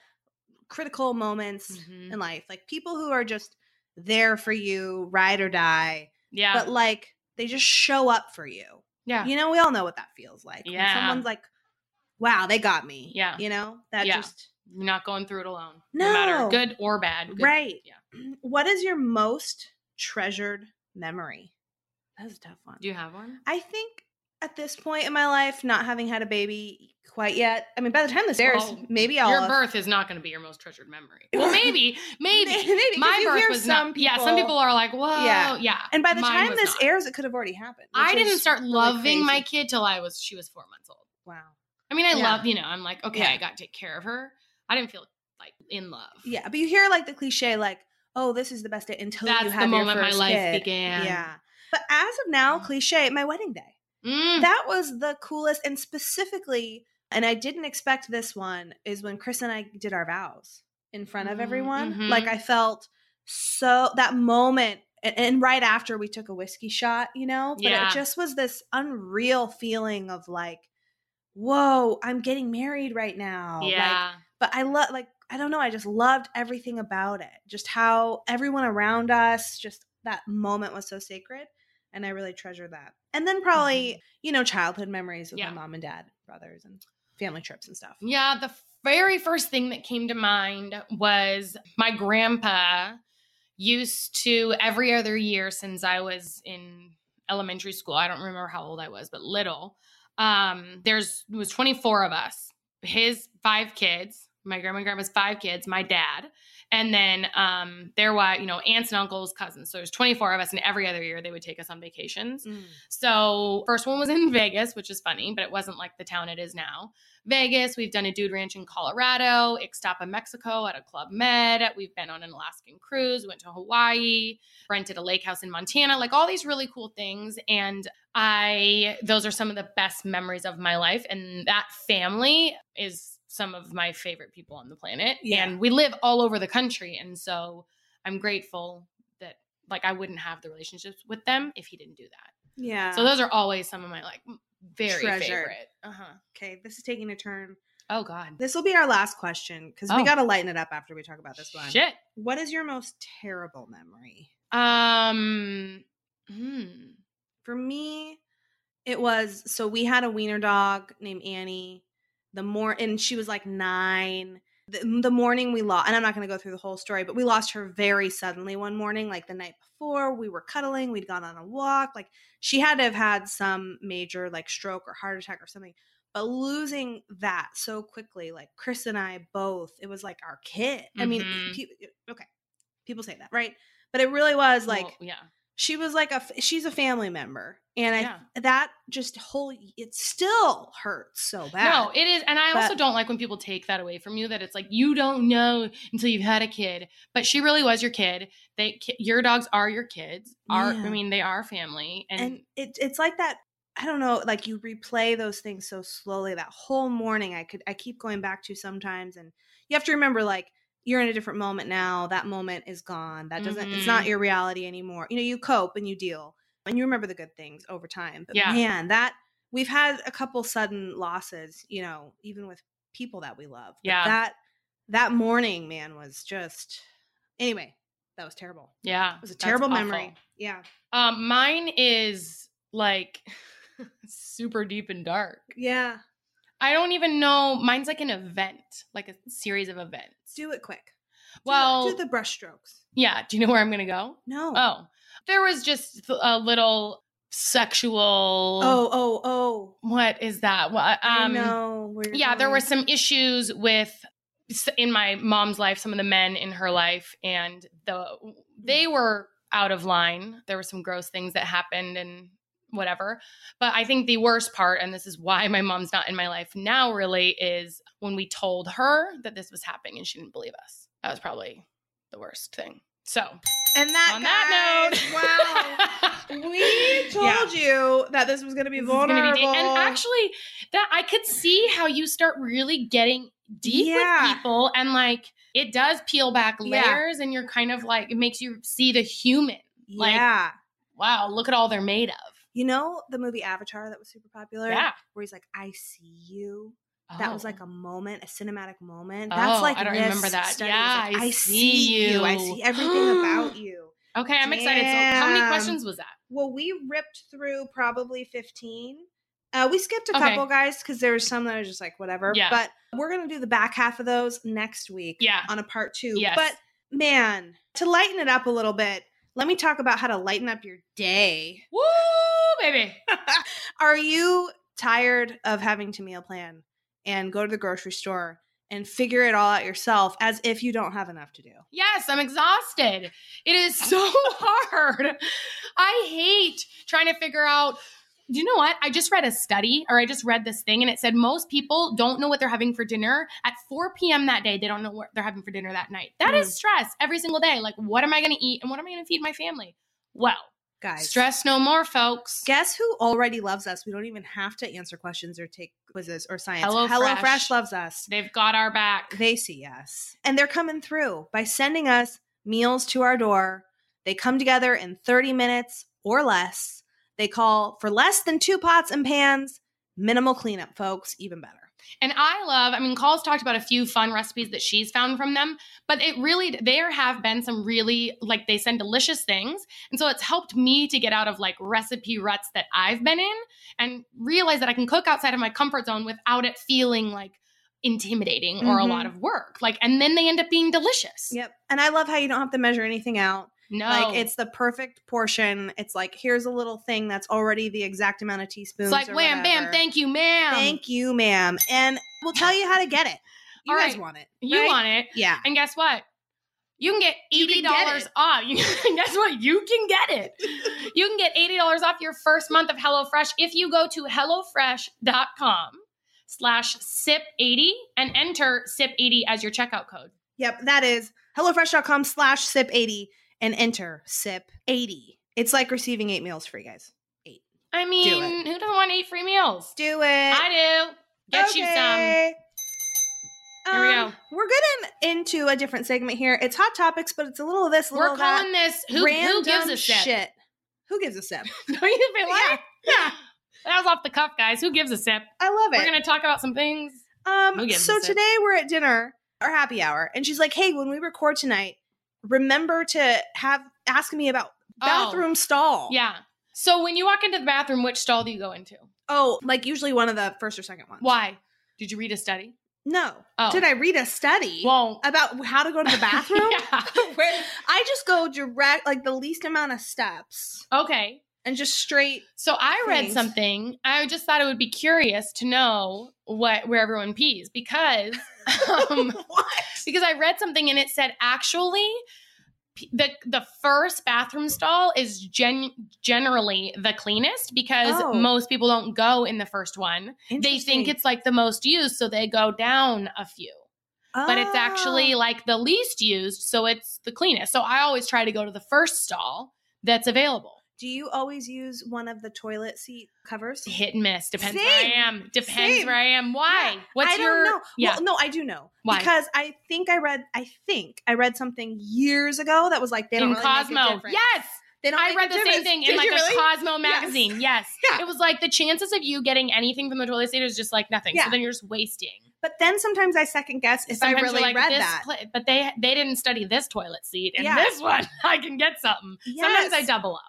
[SPEAKER 4] critical moments
[SPEAKER 2] Mhm.
[SPEAKER 4] in life, like people who are just there for you, ride or die,
[SPEAKER 2] Yeah.
[SPEAKER 4] but like they just show up for you.
[SPEAKER 2] yeah.
[SPEAKER 4] You know, we all know what that feels like. when
[SPEAKER 2] Yeah.
[SPEAKER 4] someone's like, "Wow, they got me."
[SPEAKER 2] Yeah.
[SPEAKER 4] you know that
[SPEAKER 2] Yeah.
[SPEAKER 4] just
[SPEAKER 2] You're not going through it alone. matter
[SPEAKER 4] No.
[SPEAKER 2] good or bad. Good-
[SPEAKER 4] right.
[SPEAKER 2] yeah.
[SPEAKER 4] <clears throat> What is your most treasured memory? That's a tough one.
[SPEAKER 2] Do you have one?
[SPEAKER 4] I think at this point in my life, not having had a baby quite yet. I mean, by the time this airs,
[SPEAKER 2] Well,
[SPEAKER 4] maybe I'll.
[SPEAKER 2] Your birth is not going to be your most treasured memory. Well, maybe, maybe.
[SPEAKER 4] <laughs> Maybe, 'cause
[SPEAKER 2] My
[SPEAKER 4] you
[SPEAKER 2] birth
[SPEAKER 4] hear
[SPEAKER 2] was
[SPEAKER 4] some
[SPEAKER 2] not. Yeah, some
[SPEAKER 4] people-
[SPEAKER 2] people are like, whoa,
[SPEAKER 4] Yeah.
[SPEAKER 2] yeah.
[SPEAKER 4] and by the
[SPEAKER 2] Mine
[SPEAKER 4] time
[SPEAKER 2] was
[SPEAKER 4] this
[SPEAKER 2] not.
[SPEAKER 4] airs, it could have already happened.
[SPEAKER 2] I
[SPEAKER 4] which
[SPEAKER 2] didn't
[SPEAKER 4] is
[SPEAKER 2] start
[SPEAKER 4] really
[SPEAKER 2] loving my
[SPEAKER 4] crazy.
[SPEAKER 2] kid till I was she was four months old.
[SPEAKER 4] Wow.
[SPEAKER 2] I mean, I
[SPEAKER 4] Yeah.
[SPEAKER 2] love you know. I'm like, okay,
[SPEAKER 4] Yeah.
[SPEAKER 2] I got to take care of her. I didn't feel like in love.
[SPEAKER 4] Yeah, but you hear like the cliche, like, "Oh, this is the best day until you
[SPEAKER 2] That's
[SPEAKER 4] have
[SPEAKER 2] the
[SPEAKER 4] your
[SPEAKER 2] moment my
[SPEAKER 4] first
[SPEAKER 2] life
[SPEAKER 4] kid.
[SPEAKER 2] began.
[SPEAKER 4] Yeah, but as of now, cliche, my wedding day.
[SPEAKER 2] Mm.
[SPEAKER 4] that was the coolest and specifically and i didn't expect this one is when chris and i did our vows in front of
[SPEAKER 2] Mm,
[SPEAKER 4] everyone
[SPEAKER 2] mhm.
[SPEAKER 4] like i felt so that moment and, and right after we took a whiskey shot you know but
[SPEAKER 2] Yeah.
[SPEAKER 4] it just was this unreal feeling of like whoa i'm getting married right now Like,
[SPEAKER 2] yeah.
[SPEAKER 4] but i love like i don't know i just loved everything about it just how everyone around us just that moment was so sacred and i really treasure that and then probably you know childhood memories with
[SPEAKER 2] Mm-hmm. Yeah.
[SPEAKER 4] my mom and dad brothers and family trips and stuff
[SPEAKER 2] yeah. The very first thing that came to mind was my grandpa used to every other year since I was in elementary school. I don't remember how old I was, but little. Um, there's it was 24 of us. His five kids, my grandma and grandma's five kids, my dad, and then um, there were you know aunts and uncles, cousins. So there's 24 of us, and every other year they would take us on vacations.
[SPEAKER 4] Mm.
[SPEAKER 2] So first one was in Vegas, which is funny, but it wasn't like the town it is now. Vegas, we've done a dude ranch in Colorado, Ixtapa, Mexico at a Club Med. We've been on an Alaskan cruise, went to Hawaii, rented a lake house in Montana, like all these really cool things. And I those are some of the best memories of my life. And that family is some of my favorite people on the planet.
[SPEAKER 4] Yeah.
[SPEAKER 2] And we live all over the country. And so I'm grateful that like I wouldn't have the relationships with them if he didn't do that.
[SPEAKER 4] Yeah.
[SPEAKER 2] So those are always some of my like m- very
[SPEAKER 4] Treasured.
[SPEAKER 2] favorite. Uh-huh.
[SPEAKER 4] okay, this is taking a turn.
[SPEAKER 2] Oh God.
[SPEAKER 4] This will be our last question because we
[SPEAKER 2] Oh.
[SPEAKER 4] got to lighten it up after we talk about this one.
[SPEAKER 2] Shit.
[SPEAKER 4] What is your most terrible memory?
[SPEAKER 2] Um hmm.
[SPEAKER 4] For me, it was so we had a wiener dog named Annie. The more and she was like nine. The, the morning we lost, and I'm not going to go through the whole story, but we lost her very suddenly one morning, like the night before. We were cuddling, we'd gone on a walk. Like she had to have had some major like stroke or heart attack or something. But losing that so quickly, like Chris and I both, it was like our kid. I mean,
[SPEAKER 2] Mhm.
[SPEAKER 4] pe- okay, people say that, right? But it really was like
[SPEAKER 2] Well, yeah.
[SPEAKER 4] she was like a f- she's a family member and i
[SPEAKER 2] Yeah.
[SPEAKER 4] that just whole it still hurts so bad
[SPEAKER 2] No, it is. And I also
[SPEAKER 4] But-
[SPEAKER 2] don't like when people take that away from you that it's like, you don't know until you've had a kid. But she really was your kid. They, ki- your dogs are your kids. Are,
[SPEAKER 4] Yeah.
[SPEAKER 2] I mean, they are family. And,
[SPEAKER 4] and it, it's like that i don't know like you replay those things so slowly that whole morning i could i keep going back to sometimes and you have to remember like you're in a different moment now that moment is gone that doesn't it's not
[SPEAKER 2] Mm-hmm.
[SPEAKER 4] your reality anymore you know you cope and you deal and you remember the good things over time but
[SPEAKER 2] Yeah.
[SPEAKER 4] man that we've had a couple sudden losses you know even with people that we love But
[SPEAKER 2] Yeah.
[SPEAKER 4] that that morning man was just anyway that was terrible
[SPEAKER 2] yeah,
[SPEAKER 4] it was a
[SPEAKER 2] that's
[SPEAKER 4] terrible
[SPEAKER 2] awful.
[SPEAKER 4] memory yeah
[SPEAKER 2] Um, mine is like <laughs> super deep and dark.
[SPEAKER 4] yeah
[SPEAKER 2] I don't even know. Mine's like an event, like a series of events.
[SPEAKER 4] do it quick Do-
[SPEAKER 2] well,
[SPEAKER 4] do the brushstrokes.
[SPEAKER 2] yeah. Do you know where I'm going to go?
[SPEAKER 4] No.
[SPEAKER 2] Oh, there was just a little sexual.
[SPEAKER 4] oh, oh, oh.
[SPEAKER 2] what is that? What
[SPEAKER 4] I
[SPEAKER 2] um
[SPEAKER 4] know where you're
[SPEAKER 2] yeah, there
[SPEAKER 4] going.
[SPEAKER 2] were some issues with s- in my mom's life, some of the men in her life and the they
[SPEAKER 4] Mm.
[SPEAKER 2] were out of line. There were some gross things that happened and whatever. But I think the worst part and this is why my mom's not in my life now really is when we told her that this was happening and she didn't believe us. That was probably the worst thing. So,
[SPEAKER 4] And that
[SPEAKER 2] on that
[SPEAKER 4] guys,
[SPEAKER 2] note.
[SPEAKER 4] wow. We
[SPEAKER 2] <laughs>
[SPEAKER 4] told
[SPEAKER 2] Yeah.
[SPEAKER 4] you that this was going to be
[SPEAKER 2] This is
[SPEAKER 4] vulnerable.
[SPEAKER 2] gonna be deep. And actually, that I could see how you start really getting deep
[SPEAKER 4] Yeah.
[SPEAKER 2] with people, and like it does peel back
[SPEAKER 4] Yeah.
[SPEAKER 2] layers, and you're kind of like it makes you see the human. like-
[SPEAKER 4] yeah.
[SPEAKER 2] Wow, look at all they're made of.
[SPEAKER 4] You know the movie Avatar that was super popular?
[SPEAKER 2] Yeah,
[SPEAKER 4] Where he's like, I see you. That was
[SPEAKER 2] Oh.
[SPEAKER 4] like a moment, a cinematic moment. That's
[SPEAKER 2] Oh,
[SPEAKER 4] like
[SPEAKER 2] I don't
[SPEAKER 4] this
[SPEAKER 2] remember that.
[SPEAKER 4] study. It's
[SPEAKER 2] Yeah,
[SPEAKER 4] like,
[SPEAKER 2] I see
[SPEAKER 4] you. I
[SPEAKER 2] you."
[SPEAKER 4] see everything
[SPEAKER 2] <gasps>
[SPEAKER 4] about you.
[SPEAKER 2] Oh. okay. I'm excited. So, how many
[SPEAKER 4] Damn.
[SPEAKER 2] questions was that?
[SPEAKER 4] Well, we ripped through probably 15. Uh, we skipped a
[SPEAKER 2] Okay.
[SPEAKER 4] couple guys because there was some that are just like whatever.
[SPEAKER 2] Yeah.
[SPEAKER 4] But we're gonna do the back half of those next week.
[SPEAKER 2] Yeah.
[SPEAKER 4] On a part two.
[SPEAKER 2] Yes.
[SPEAKER 4] But man, to lighten it up a little bit, let me talk about how to lighten up your
[SPEAKER 2] <laughs>
[SPEAKER 4] day.
[SPEAKER 2] Woo, baby.
[SPEAKER 4] Are you tired of having to meal plan and go to the grocery store and figure it all out yourself as if you don't have enough to do?
[SPEAKER 2] Yes, I'm exhausted. It is <laughs> so hard. I hate trying to figure out. Do you know what? I just read a study or I just read this thing and it said most people don't know what they're having for dinner at 4 p.m. that day. They don't know what they're having for dinner that night. That is stress every single day. Like, what am I going to eat and what am I going to feed my family? Well,
[SPEAKER 4] Guys.
[SPEAKER 2] stress no more, folks.
[SPEAKER 4] Guess who already loves us? We don't even have to answer questions or take quizzes or science.
[SPEAKER 2] Hello
[SPEAKER 4] HelloFresh
[SPEAKER 2] Fresh.
[SPEAKER 4] loves us.
[SPEAKER 2] They've got our back.
[SPEAKER 4] They see us. And they're coming through by sending us meals to our door. They come together in 30 minutes or less. They call for less than two pots and pans. Minimal cleanup, folks. Even better.
[SPEAKER 2] And I love, I mean, Call's talked about a few fun recipes that she's found from them, but it really, there have been some really, like, they send delicious things. And so it's helped me to get out of like recipe ruts that I've been in and realize that I can cook outside of my comfort zone without it feeling like intimidating or a
[SPEAKER 4] Mhm.
[SPEAKER 2] lot of work. Like, and then they end up being delicious.
[SPEAKER 4] Yep. And I love how you don't have to measure anything out.
[SPEAKER 2] No.
[SPEAKER 4] Like it's the perfect portion. It's like here's a little thing that's already the exact amount of teaspoons.
[SPEAKER 2] it's like
[SPEAKER 4] or
[SPEAKER 2] wham, bam,
[SPEAKER 4] whatever.
[SPEAKER 2] thank you, ma'am.
[SPEAKER 4] Thank you, ma'am. And we'll tell you how to get it. You
[SPEAKER 2] All
[SPEAKER 4] guys
[SPEAKER 2] right.
[SPEAKER 4] want it.
[SPEAKER 2] you
[SPEAKER 4] right?
[SPEAKER 2] want it.
[SPEAKER 4] Yeah.
[SPEAKER 2] And guess what? You can get eighty
[SPEAKER 4] can get
[SPEAKER 2] dollars
[SPEAKER 4] it.
[SPEAKER 2] off. <laughs> You, guess what? You can get
[SPEAKER 4] <laughs>
[SPEAKER 2] it. you can get eighty dollars off your first month of HelloFresh if you go to hellofresh.com slash sip eighty and enter sip eighty as your checkout code.
[SPEAKER 4] Yep. That is HelloFresh.com slash sip 80 and enter sip 80. It's like receiving eight meals free, guys.
[SPEAKER 2] I mean, who doesn't want eight free meals?
[SPEAKER 4] Do it.
[SPEAKER 2] I do. Get you some.
[SPEAKER 4] Okay.
[SPEAKER 2] Here we
[SPEAKER 4] Um, We're getting into a different segment here. It's hot topics, but it's a little of this, a little
[SPEAKER 2] We're
[SPEAKER 4] of that.
[SPEAKER 2] calling this who, who gives a shit.
[SPEAKER 4] shit. Who gives a sip?
[SPEAKER 2] <laughs> Don't you feel
[SPEAKER 4] Yeah,
[SPEAKER 2] like? <laughs> That was off the cuff, guys. Who gives a sip?
[SPEAKER 4] I love
[SPEAKER 2] We're
[SPEAKER 4] it.
[SPEAKER 2] gonna talk about some things. Who
[SPEAKER 4] um,
[SPEAKER 2] gives
[SPEAKER 4] so
[SPEAKER 2] a sip?
[SPEAKER 4] today we're at dinner or happy hour, and she's like, "Hey, when we record tonight, remember to have ask me about
[SPEAKER 2] Oh.
[SPEAKER 4] bathroom stall."
[SPEAKER 2] Yeah. So when you walk into the bathroom, which stall do you go into?
[SPEAKER 4] Oh, like usually one of the first or second ones.
[SPEAKER 2] Why? Did you read a study?
[SPEAKER 4] No.
[SPEAKER 2] Oh. <laughs>
[SPEAKER 4] Did I read a study
[SPEAKER 2] Well,
[SPEAKER 4] about how to go to the
[SPEAKER 2] <laughs>
[SPEAKER 4] bathroom?
[SPEAKER 2] yeah.
[SPEAKER 4] Where I just go direct, like the least amount of steps,
[SPEAKER 2] Okay.
[SPEAKER 4] and just
[SPEAKER 2] <laughs>
[SPEAKER 4] straight.
[SPEAKER 2] So I read
[SPEAKER 4] Please.
[SPEAKER 2] something. I just thought it would be curious to know what where everyone pees
[SPEAKER 4] <laughs>
[SPEAKER 2] because um,
[SPEAKER 4] what?
[SPEAKER 2] because I read something and it said actually p- the the first bathroom stall is gen- generally the cleanest because
[SPEAKER 4] Oh.
[SPEAKER 2] most people don't go in the first one. They think it's like the most used, so they go down a few. But it's
[SPEAKER 4] Ah.
[SPEAKER 2] actually like the least used, so it's the cleanest. So I always try to go to the first stall that's available.
[SPEAKER 4] Do you always use one of the toilet seat covers?
[SPEAKER 2] hit and miss. Depends where I
[SPEAKER 4] Same.
[SPEAKER 2] am. Depends
[SPEAKER 4] Same.
[SPEAKER 2] where I am. Why?
[SPEAKER 4] Yeah.
[SPEAKER 2] What's
[SPEAKER 4] I don't
[SPEAKER 2] your
[SPEAKER 4] know.
[SPEAKER 2] yeah?
[SPEAKER 4] Well, no, I do know
[SPEAKER 2] Why?
[SPEAKER 4] because I think I read. I think I read something years ago that was like they
[SPEAKER 2] in
[SPEAKER 4] don't really Make a
[SPEAKER 2] Cosmo.
[SPEAKER 4] difference.
[SPEAKER 2] Yes.
[SPEAKER 4] they don't
[SPEAKER 2] I
[SPEAKER 4] make
[SPEAKER 2] read
[SPEAKER 4] a
[SPEAKER 2] the same
[SPEAKER 4] difference.
[SPEAKER 2] thing in
[SPEAKER 4] Did
[SPEAKER 2] like
[SPEAKER 4] you
[SPEAKER 2] a
[SPEAKER 4] really?
[SPEAKER 2] Cosmo
[SPEAKER 4] Yes.
[SPEAKER 2] magazine. Yes.
[SPEAKER 4] Yeah.
[SPEAKER 2] It was like the chances of you getting anything from the toilet seat is just like nothing.
[SPEAKER 4] Yeah.
[SPEAKER 2] So then you're just wasting.
[SPEAKER 4] But then sometimes I second guess if
[SPEAKER 2] Sometimes
[SPEAKER 4] I
[SPEAKER 2] you're
[SPEAKER 4] really
[SPEAKER 2] like,
[SPEAKER 4] read
[SPEAKER 2] this
[SPEAKER 4] that.
[SPEAKER 2] pla- but they they didn't study this toilet seat and
[SPEAKER 4] Yeah.
[SPEAKER 2] this <laughs> one I can get something. Sometimes I
[SPEAKER 4] Yes.
[SPEAKER 2] double up.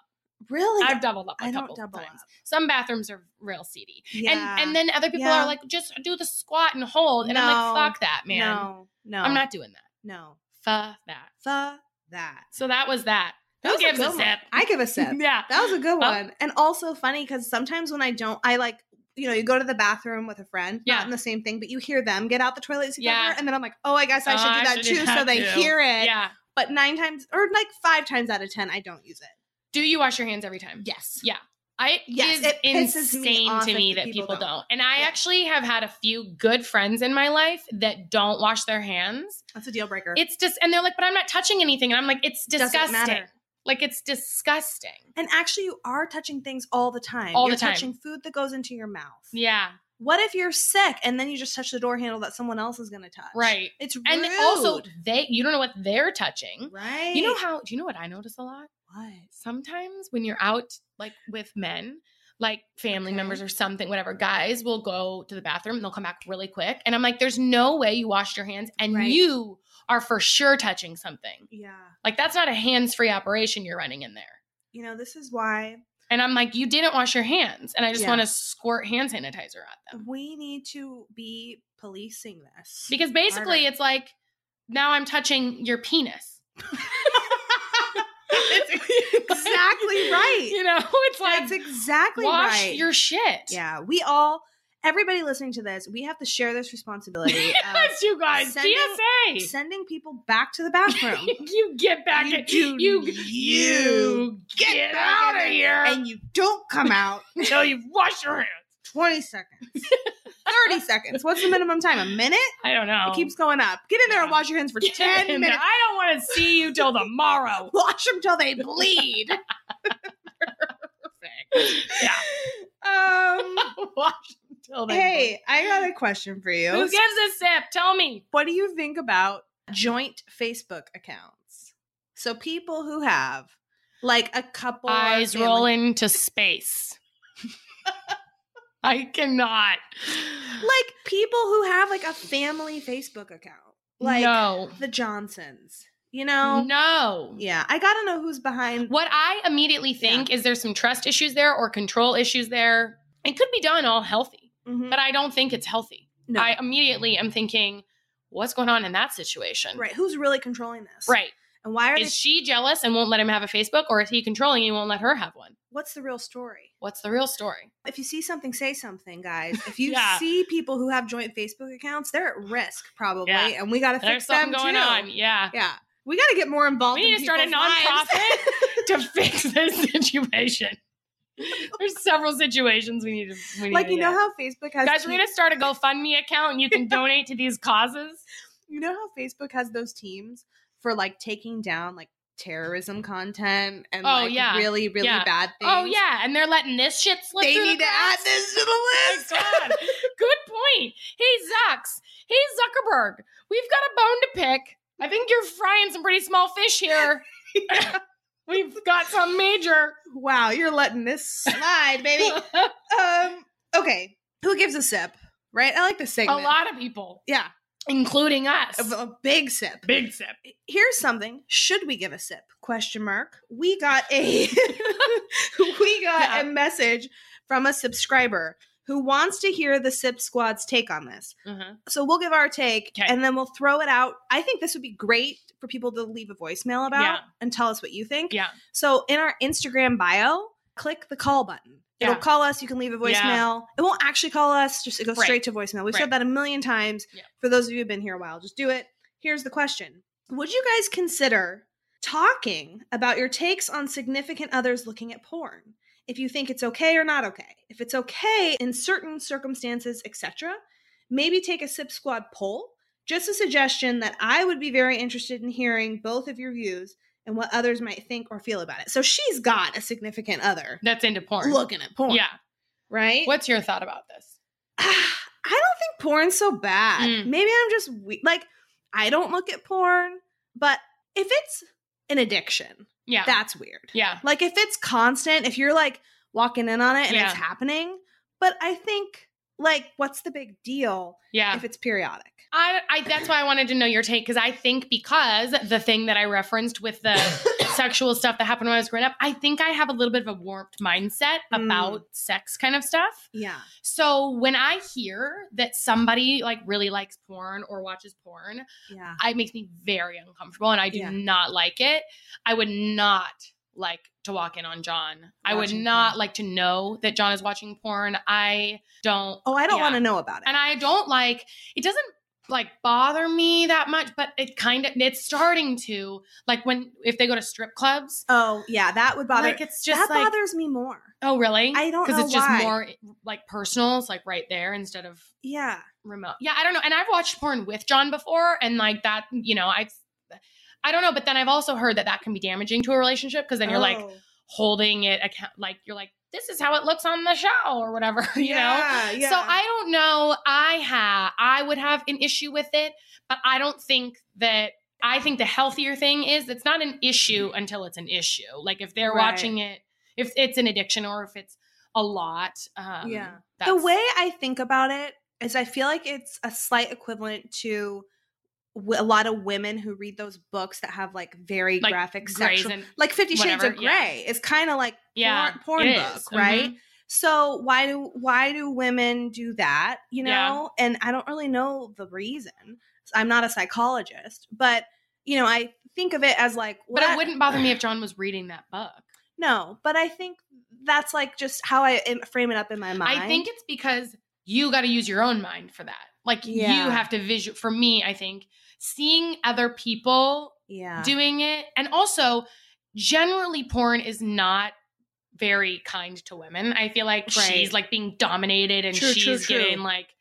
[SPEAKER 4] really,
[SPEAKER 2] I've doubled up a
[SPEAKER 4] I don't
[SPEAKER 2] couple
[SPEAKER 4] double
[SPEAKER 2] times.
[SPEAKER 4] up.
[SPEAKER 2] Some bathrooms are real seedy.
[SPEAKER 4] Yeah.
[SPEAKER 2] And and then other people
[SPEAKER 4] Yeah.
[SPEAKER 2] are like, just do the squat and hold. And I'm
[SPEAKER 4] No.
[SPEAKER 2] like, fuck that, man.
[SPEAKER 4] no, no,
[SPEAKER 2] I'm not doing that.
[SPEAKER 4] No,
[SPEAKER 2] Fuck that.
[SPEAKER 4] fuck that.
[SPEAKER 2] So that was that.
[SPEAKER 4] That
[SPEAKER 2] Who
[SPEAKER 4] was
[SPEAKER 2] gives
[SPEAKER 4] good
[SPEAKER 2] a
[SPEAKER 4] one.
[SPEAKER 2] sip?
[SPEAKER 4] I give a
[SPEAKER 2] <laughs>
[SPEAKER 4] sip.
[SPEAKER 2] yeah.
[SPEAKER 4] That was a good
[SPEAKER 2] Oh.
[SPEAKER 4] one. And also funny because sometimes when I don't, I like, you know, you go to the bathroom with a friend,
[SPEAKER 2] Yeah.
[SPEAKER 4] not in the same thing, but you hear them get out the toilet seat
[SPEAKER 2] Yeah.
[SPEAKER 4] cover, and then I'm like, oh, I guess I
[SPEAKER 2] Oh,
[SPEAKER 4] should
[SPEAKER 2] I
[SPEAKER 4] do that
[SPEAKER 2] should do
[SPEAKER 4] too. so
[SPEAKER 2] that
[SPEAKER 4] they
[SPEAKER 2] too.
[SPEAKER 4] hear it.
[SPEAKER 2] Yeah.
[SPEAKER 4] But nine times, or like five times out of 10, I don't use it.
[SPEAKER 2] Do you wash your hands every time?
[SPEAKER 4] Yes.
[SPEAKER 2] Yeah. I
[SPEAKER 4] Yes,
[SPEAKER 2] it
[SPEAKER 4] it
[SPEAKER 2] is
[SPEAKER 4] pisses me
[SPEAKER 2] insane
[SPEAKER 4] off
[SPEAKER 2] to
[SPEAKER 4] if
[SPEAKER 2] me
[SPEAKER 4] the
[SPEAKER 2] that people,
[SPEAKER 4] people
[SPEAKER 2] don't.
[SPEAKER 4] don't.
[SPEAKER 2] And I
[SPEAKER 4] Yeah.
[SPEAKER 2] actually have had a few good friends in my life that don't wash their hands.
[SPEAKER 4] That's a deal breaker.
[SPEAKER 2] It's just and they're like, but I'm not touching anything. And I'm like, it's
[SPEAKER 4] Doesn't matter.
[SPEAKER 2] disgusting. Like it's disgusting.
[SPEAKER 4] and actually, you are touching things all the time.
[SPEAKER 2] All
[SPEAKER 4] you're
[SPEAKER 2] the time.
[SPEAKER 4] touching food that goes into your mouth.
[SPEAKER 2] Yeah.
[SPEAKER 4] What if you're sick and then you just touch the door handle that someone else is going to touch?
[SPEAKER 2] Right.
[SPEAKER 4] It's rude.
[SPEAKER 2] And also they you don't know what they're touching.
[SPEAKER 4] right.
[SPEAKER 2] You know how do you know what I notice a lot?
[SPEAKER 4] what?
[SPEAKER 2] sometimes when you're out like with men like family
[SPEAKER 4] Okay.
[SPEAKER 2] members or something whatever guys will go to the bathroom and they'll come back really quick and i'm like there's no way you washed your hands and
[SPEAKER 4] Right.
[SPEAKER 2] you are for sure touching something
[SPEAKER 4] Yeah.
[SPEAKER 2] like that's not a hands-free operation you're running in there
[SPEAKER 4] You know, this is why
[SPEAKER 2] and i'm like you didn't wash your hands and i just
[SPEAKER 4] Yeah.
[SPEAKER 2] want to squirt hand sanitizer at them
[SPEAKER 4] we need to be policing this.
[SPEAKER 2] because <laughs> basically
[SPEAKER 4] Harder.
[SPEAKER 2] it's like now i'm touching your penis
[SPEAKER 4] <laughs> exactly right.
[SPEAKER 2] <laughs> you know it's like
[SPEAKER 4] That's exactly
[SPEAKER 2] wash
[SPEAKER 4] right.
[SPEAKER 2] your shit
[SPEAKER 4] yeah, we all, everybody listening to this, we have to share
[SPEAKER 2] <laughs>
[SPEAKER 4] this responsibility of
[SPEAKER 2] Yes, you guys.
[SPEAKER 4] sending-
[SPEAKER 2] PSA. <laughs>
[SPEAKER 4] sending people back to the bathroom.
[SPEAKER 2] you get back
[SPEAKER 4] You
[SPEAKER 2] in.
[SPEAKER 4] do-
[SPEAKER 2] you,
[SPEAKER 4] you
[SPEAKER 2] get,
[SPEAKER 4] back
[SPEAKER 2] out
[SPEAKER 4] in
[SPEAKER 2] of
[SPEAKER 4] there
[SPEAKER 2] here
[SPEAKER 4] and you don't come out
[SPEAKER 2] until you wash your hands.
[SPEAKER 4] 20 seconds,
[SPEAKER 2] <laughs>
[SPEAKER 4] 30 seconds. What's the minimum time? A minute?
[SPEAKER 2] I don't know.
[SPEAKER 4] It keeps going up. Get in there and
[SPEAKER 2] Oh, Yeah.
[SPEAKER 4] wash your <laughs> hands
[SPEAKER 2] <laughs>
[SPEAKER 4] for
[SPEAKER 2] Get
[SPEAKER 4] 10
[SPEAKER 2] in there.
[SPEAKER 4] minutes.
[SPEAKER 2] I don't want to see you till
[SPEAKER 4] <laughs>
[SPEAKER 2] tomorrow.
[SPEAKER 4] Wash them
[SPEAKER 2] <laughs>
[SPEAKER 4] till they <laughs> bleed. Um,
[SPEAKER 2] wash them till they.
[SPEAKER 4] hey, I got a question for you.
[SPEAKER 2] bleed. who gives a sip? Tell me.
[SPEAKER 4] what do you think about joint Facebook accounts? So people who have like a couple of
[SPEAKER 2] Eyes
[SPEAKER 4] family-
[SPEAKER 2] roll
[SPEAKER 4] <laughs>
[SPEAKER 2] into space. I cannot.
[SPEAKER 4] like people who have like a family Facebook account, like
[SPEAKER 2] no, Mm-hmm.
[SPEAKER 4] the Johnsons, you know?
[SPEAKER 2] no.
[SPEAKER 4] Yeah, I gotta know who's behind.
[SPEAKER 2] What I immediately think is there's some trust issues there or control issues there. It could be done all healthy,
[SPEAKER 4] Mhm.
[SPEAKER 2] but I don't think it's healthy.
[SPEAKER 4] no,
[SPEAKER 2] I immediately am thinking, what's going on in that situation?
[SPEAKER 4] right? Who's really controlling this?
[SPEAKER 2] Right.
[SPEAKER 4] And why are
[SPEAKER 2] Is
[SPEAKER 4] they?
[SPEAKER 2] she jealous and won't let him have a Facebook, or is he controlling and you won't let her have one?
[SPEAKER 4] What's the real story?
[SPEAKER 2] What's the real story?
[SPEAKER 4] If you see something, say something, guys. If you
[SPEAKER 2] Yeah.
[SPEAKER 4] see people who have joint Facebook accounts, they're at risk probably,
[SPEAKER 2] Yeah.
[SPEAKER 4] and we gotta
[SPEAKER 2] There's
[SPEAKER 4] fix
[SPEAKER 2] something
[SPEAKER 4] them
[SPEAKER 2] going
[SPEAKER 4] too.
[SPEAKER 2] on. Yeah.
[SPEAKER 4] Yeah. We got to get more involved.
[SPEAKER 2] We
[SPEAKER 4] in
[SPEAKER 2] need to start a
[SPEAKER 4] people's lives.
[SPEAKER 2] nonprofit
[SPEAKER 4] <laughs>
[SPEAKER 2] to fix this situation. There's several situations we need to. We need
[SPEAKER 4] like,
[SPEAKER 2] to
[SPEAKER 4] you know
[SPEAKER 2] get.
[SPEAKER 4] how Facebook has
[SPEAKER 2] guys,
[SPEAKER 4] te-
[SPEAKER 2] we're gonna start a GoFundMe account and you
[SPEAKER 4] <laughs>
[SPEAKER 2] can donate to these causes.
[SPEAKER 4] you know how Facebook has those teams for like taking down like terrorism content and
[SPEAKER 2] Oh,
[SPEAKER 4] like
[SPEAKER 2] yeah.
[SPEAKER 4] really, really
[SPEAKER 2] Yeah.
[SPEAKER 4] bad things.
[SPEAKER 2] Oh yeah, and they're letting this shit slip.
[SPEAKER 4] They
[SPEAKER 2] through the Oh,
[SPEAKER 4] need to add
[SPEAKER 2] cracks?
[SPEAKER 4] this to the list.
[SPEAKER 2] God.
[SPEAKER 4] <laughs>
[SPEAKER 2] Good point. Hey, Zucks. Hey, Zuckerberg. We've got a bone to pick. I think you're frying some pretty small fish
[SPEAKER 4] <laughs>
[SPEAKER 2] here. <laughs> We've got some major. <laughs>
[SPEAKER 4] Wow, you're letting this slide, baby. um, okay. Who gives a sip? Right? I like the
[SPEAKER 2] a
[SPEAKER 4] segment.
[SPEAKER 2] lot of people,
[SPEAKER 4] Yeah.
[SPEAKER 2] including us.
[SPEAKER 4] A, a big sip.
[SPEAKER 2] Big sip.
[SPEAKER 4] Here's something. Should we give a sip? Question mark. We got a <laughs>
[SPEAKER 2] <laughs>
[SPEAKER 4] we got
[SPEAKER 2] Yeah.
[SPEAKER 4] a message from a subscriber who wants to hear the Sip Squad's take on this.
[SPEAKER 2] Uh-huh.
[SPEAKER 4] So we'll give our take
[SPEAKER 2] 'Kay.
[SPEAKER 4] and then we'll throw it out. I think this would be great for people to leave a voicemail about
[SPEAKER 2] Yeah.
[SPEAKER 4] and tell us what you think.
[SPEAKER 2] Yeah.
[SPEAKER 4] So in our Instagram bio, click the call button. It'll
[SPEAKER 2] Yeah.
[SPEAKER 4] call us. You can leave a voicemail.
[SPEAKER 2] Yeah.
[SPEAKER 4] It won't actually call us. Just it goes
[SPEAKER 2] Right.
[SPEAKER 4] straight to voicemail. We've
[SPEAKER 2] Right.
[SPEAKER 4] said that a million times.
[SPEAKER 2] Yeah.
[SPEAKER 4] For those of you who've been here a while, just do it. Here's the question: Would you guys consider talking about your takes on significant others looking at porn? If you think it's okay or not okay, if it's okay in certain circumstances, etc., maybe take a Sip Squad poll. Just a suggestion that I would be very interested in hearing both of your views and what others might think or feel about it. So she's got a significant other
[SPEAKER 2] That's into porn.
[SPEAKER 4] looking at porn.
[SPEAKER 2] Yeah.
[SPEAKER 4] Right?
[SPEAKER 2] What's your thought about this?
[SPEAKER 4] Ah, <sighs> I don't think porn's so bad.
[SPEAKER 2] Mm.
[SPEAKER 4] Maybe I'm just we- like, I don't look at porn, but if it's an addiction,
[SPEAKER 2] Yeah.
[SPEAKER 4] that's weird.
[SPEAKER 2] yeah.
[SPEAKER 4] Like, if it's constant, if you're like walking in on it and
[SPEAKER 2] Yeah.
[SPEAKER 4] it's happening, but I think, like, what's the big deal
[SPEAKER 2] Yeah.
[SPEAKER 4] if it's periodic?
[SPEAKER 2] I, I that's why I wanted to know your take because I think because the thing that I referenced with
[SPEAKER 4] <coughs>
[SPEAKER 2] the sexual stuff that happened when I was growing up, I think I have a little bit of a warped mindset
[SPEAKER 4] Mm.
[SPEAKER 2] about sex kind of stuff.
[SPEAKER 4] Yeah.
[SPEAKER 2] So when I hear that somebody like really likes porn or watches porn,
[SPEAKER 4] Yeah.
[SPEAKER 2] I- it makes me very uncomfortable and I do
[SPEAKER 4] Yeah.
[SPEAKER 2] not like it. I would not like to walk in on John. I would
[SPEAKER 4] Watching
[SPEAKER 2] not
[SPEAKER 4] porn.
[SPEAKER 2] like to know that John is watching porn. I don't
[SPEAKER 4] Oh, I don't
[SPEAKER 2] Yeah.
[SPEAKER 4] want to know about it.
[SPEAKER 2] and I don't like it doesn't like bother me that much, but it kind of it's starting to like when if they go to strip clubs,
[SPEAKER 4] oh, yeah. That would bother.
[SPEAKER 2] like it's just
[SPEAKER 4] that
[SPEAKER 2] like
[SPEAKER 4] bothers me more.
[SPEAKER 2] oh really?
[SPEAKER 4] I don't know
[SPEAKER 2] it's just
[SPEAKER 4] why.
[SPEAKER 2] more like personal. It's like right there instead of
[SPEAKER 4] Yeah.
[SPEAKER 2] remote. Yeah, I don't know. And I've watched porn with John before, and like that, you know, I. I don't know, but then I've also heard that that can be damaging to a relationship because then you're like
[SPEAKER 4] Oh.
[SPEAKER 2] holding it, account- like you're like, this is how it looks on the show or whatever, <laughs> <laughs> you know?
[SPEAKER 4] yeah, Yeah.
[SPEAKER 2] So I don't know. I have I would have an issue with it, but I don't think that I think the healthier thing is it's not an issue until it's an issue. Like if they're
[SPEAKER 4] Right.
[SPEAKER 2] watching it, if it's an addiction or if it's a lot. Um,
[SPEAKER 4] Yeah.
[SPEAKER 2] that's-
[SPEAKER 4] the way I think about it is I feel like it's a slight equivalent to w- a lot of women who read those books that have like very
[SPEAKER 2] Like,
[SPEAKER 4] graphic
[SPEAKER 2] Grey's
[SPEAKER 4] sexual
[SPEAKER 2] and-
[SPEAKER 4] like 50 shades of
[SPEAKER 2] whatever, yeah.
[SPEAKER 4] gray is kind of like
[SPEAKER 2] yeah,
[SPEAKER 4] porn,
[SPEAKER 2] it
[SPEAKER 4] porn book,
[SPEAKER 2] is.
[SPEAKER 4] right?
[SPEAKER 2] Mhm.
[SPEAKER 4] So why do why do women do that, you know?
[SPEAKER 2] Yeah.
[SPEAKER 4] And I don't really know the reason. I'm not a psychologist, but you know, I think of it as like
[SPEAKER 2] But
[SPEAKER 4] what-
[SPEAKER 2] it wouldn't bother me if John was reading that book.
[SPEAKER 4] No, but I think that's like just how I am- frame it up in my mind.
[SPEAKER 2] I think it's because you got to use your own mind for that. Like
[SPEAKER 4] Yeah.
[SPEAKER 2] you have to visual. For me, I think seeing other people
[SPEAKER 4] yeah.
[SPEAKER 2] doing it. And also, generally, porn is not very kind to women. I feel like
[SPEAKER 4] Right.
[SPEAKER 2] she's like being dominated and
[SPEAKER 4] True,
[SPEAKER 2] she's
[SPEAKER 4] true, true.
[SPEAKER 2] getting like,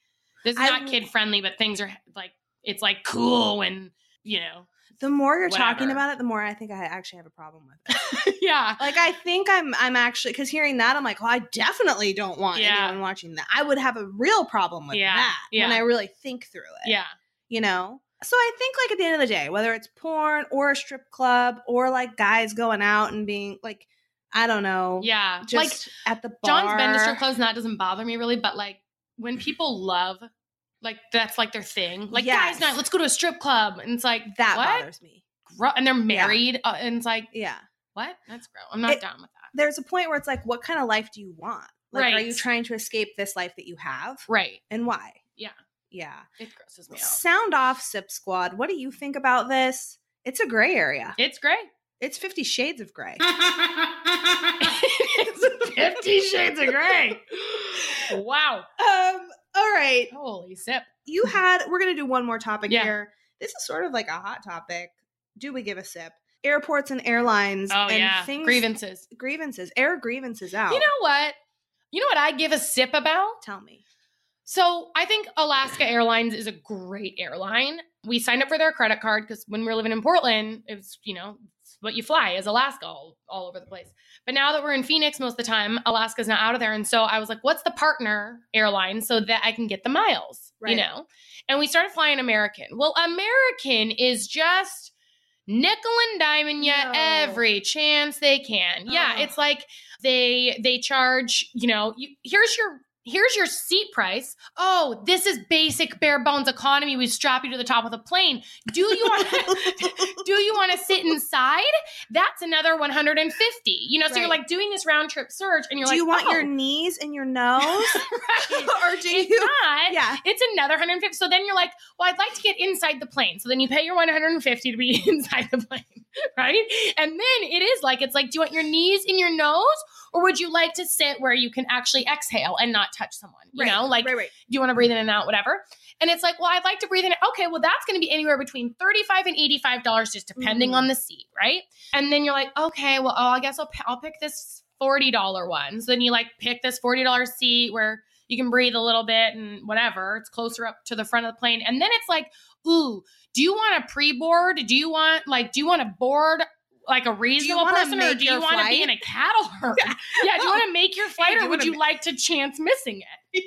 [SPEAKER 2] this is
[SPEAKER 4] I-
[SPEAKER 2] not kid friendly, but things are like, it's like cool when, you
[SPEAKER 4] <laughs>
[SPEAKER 2] know.
[SPEAKER 4] The more you're talking
[SPEAKER 2] whatever.
[SPEAKER 4] about it, the more I think I actually have a problem with it.
[SPEAKER 2] yeah.
[SPEAKER 4] like I think I'm I'm actually because hearing that I'm like, well, I definitely don't want
[SPEAKER 2] Yeah.
[SPEAKER 4] anyone watching that. I would have a real problem with
[SPEAKER 2] Yeah,
[SPEAKER 4] that when
[SPEAKER 2] yeah.
[SPEAKER 4] I really think through it.
[SPEAKER 2] Yeah.
[SPEAKER 4] You know? So I think like at the end of the day, whether it's porn or a strip club or like guys going out and being like, I don't know,
[SPEAKER 2] Yeah.
[SPEAKER 4] just
[SPEAKER 2] like,
[SPEAKER 4] at the bar.
[SPEAKER 2] John's been to strip clubs and that doesn't bother me really, but like, when people love, like, that's like their thing. Like,
[SPEAKER 4] Yes.
[SPEAKER 2] guys' night, let's go to a strip club. And it's like,
[SPEAKER 4] That
[SPEAKER 2] what?
[SPEAKER 4] bothers me.
[SPEAKER 2] Gro- and they're married. Uh, and it's like,
[SPEAKER 4] Yeah.
[SPEAKER 2] what? That's gross. I'm not
[SPEAKER 4] It-
[SPEAKER 2] down with that.
[SPEAKER 4] There's a point where it's like, what kind of life do you want? Like, are
[SPEAKER 2] Right.
[SPEAKER 4] you trying to escape this life that you have,
[SPEAKER 2] Right.
[SPEAKER 4] and why?
[SPEAKER 2] Yeah.
[SPEAKER 4] Yeah.
[SPEAKER 2] It grosses me out.
[SPEAKER 4] Sound off, Sip Squad. What do you think about this? It's a gray area.
[SPEAKER 2] It's great.
[SPEAKER 4] <laughs>
[SPEAKER 2] <laughs>
[SPEAKER 4] It's Fifty Shades of Gray.
[SPEAKER 3] Mm-hmm. <laughs>
[SPEAKER 2] Fifty Shades of Grey. Wow.
[SPEAKER 4] um. All right.
[SPEAKER 2] Holy sip.
[SPEAKER 4] You had. We're gonna do one more topic
[SPEAKER 2] Mm-hmm. Yeah.
[SPEAKER 4] here. This is sort of like a hot topic. Do we give a sip? Airports and airlines.
[SPEAKER 2] Oh
[SPEAKER 4] and
[SPEAKER 2] yeah.
[SPEAKER 4] Things,
[SPEAKER 2] Grievances.
[SPEAKER 4] grievances. Air grievances out.
[SPEAKER 2] You know what? You know what I give a sip about? <laughs>
[SPEAKER 4] Tell me. <laughs>
[SPEAKER 2] So I think Alaska Airlines is a great airline. We signed up for their credit card because when we were living in Portland, it was, you know, it's what you fly is Alaska all, all over the place. But now that we're in Phoenix most of the time, Alaska's not out of there. And so I was like, what's the partner airline so that I can get the miles,
[SPEAKER 4] Right.
[SPEAKER 2] you know? And we started flying American. Well, American is just nickel and diamond you
[SPEAKER 4] No.
[SPEAKER 2] every chance they can. Yeah,
[SPEAKER 4] Ugh.
[SPEAKER 2] it's like they they charge, you know, you, here's your here's your seat price. Oh, this is basic bare bones economy. We strap you to the top of the plane. Do you
[SPEAKER 4] <laughs>
[SPEAKER 2] want do you want to sit inside? That's another 150. You know, so you're
[SPEAKER 4] Right.
[SPEAKER 2] like doing this round trip search and you're
[SPEAKER 4] do
[SPEAKER 2] like,
[SPEAKER 4] you want
[SPEAKER 2] oh,
[SPEAKER 4] your knees
[SPEAKER 2] <laughs>
[SPEAKER 4] and your nose,
[SPEAKER 2] right.
[SPEAKER 4] <laughs> or do
[SPEAKER 2] It's <laughs>
[SPEAKER 4] you?
[SPEAKER 2] not.
[SPEAKER 4] Yeah,
[SPEAKER 2] It's another 150. So then you're like, well, I'd like to get inside the plane. So then you pay your 150 to be <laughs> inside the plane, <laughs> right? And then it is like, it's like, do you want your knees in your nose? Or would you like to sit where you can actually exhale and not touch someone? You
[SPEAKER 4] Right,
[SPEAKER 2] know, like
[SPEAKER 4] right, right.
[SPEAKER 2] do you want to breathe in and out, whatever. And it's like, well, I'd like to breathe in. Okay, well, that's going to be anywhere between thirty-five and eighty-five dollars, just depending
[SPEAKER 4] Mhm.
[SPEAKER 2] on the seat, right? And then you're like, okay, well, oh, I guess I'll p- I'll pick this forty-dollar one. So then you like pick this forty-dollar seat where you can breathe a little bit and whatever. It's closer up to the front of the plane, and then it's like, ooh, do you want to pre-board? Do you want like, do you want to board? Like a reasonable
[SPEAKER 4] wanna
[SPEAKER 2] person, or
[SPEAKER 4] make
[SPEAKER 2] do you
[SPEAKER 4] your
[SPEAKER 2] want to be
[SPEAKER 4] flight?
[SPEAKER 2] in a cattle
[SPEAKER 4] <laughs>
[SPEAKER 2] herd? yeah, do you want to make your flight,
[SPEAKER 4] do you
[SPEAKER 2] or would
[SPEAKER 4] wanna
[SPEAKER 2] you
[SPEAKER 4] ma-
[SPEAKER 2] like to chance missing it?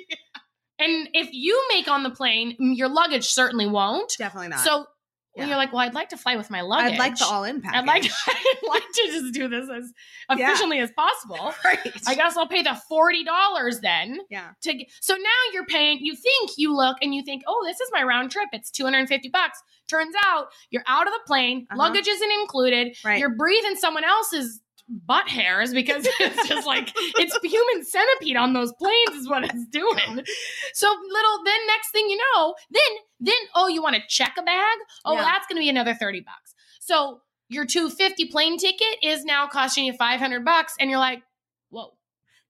[SPEAKER 2] And if you make on the plane, your luggage certainly won't.
[SPEAKER 4] Definitely not.
[SPEAKER 2] So when
[SPEAKER 4] Yeah.
[SPEAKER 2] you're like, well, I'd like to fly with my luggage.
[SPEAKER 4] I'd like the all-in package.
[SPEAKER 2] I'd like, <laughs> I'd like to just do this as
[SPEAKER 4] Yeah.
[SPEAKER 2] efficiently as
[SPEAKER 4] <laughs>
[SPEAKER 2] possible. <laughs>
[SPEAKER 4] Right.
[SPEAKER 2] I guess I'll pay the forty dollars then.
[SPEAKER 4] Yeah.
[SPEAKER 2] To g- so now you're paying. You think you look and you think, oh, this is my round trip. It's two hundred and fifty bucks. Turns out you're out of the plane.
[SPEAKER 4] Uh-huh.
[SPEAKER 2] Luggage isn't included.
[SPEAKER 4] Right.
[SPEAKER 2] You're breathing someone else's butt hairs
[SPEAKER 4] <laughs>
[SPEAKER 2] because it's just like it's human centipede on those planes is what it's doing. So little. Then next thing you know, then then oh, you want to check a bag? Oh,
[SPEAKER 4] Yeah.
[SPEAKER 2] that's going to be another thirty bucks. So. Your 250 plane ticket is now costing you 500 bucks and you're like, "Whoa.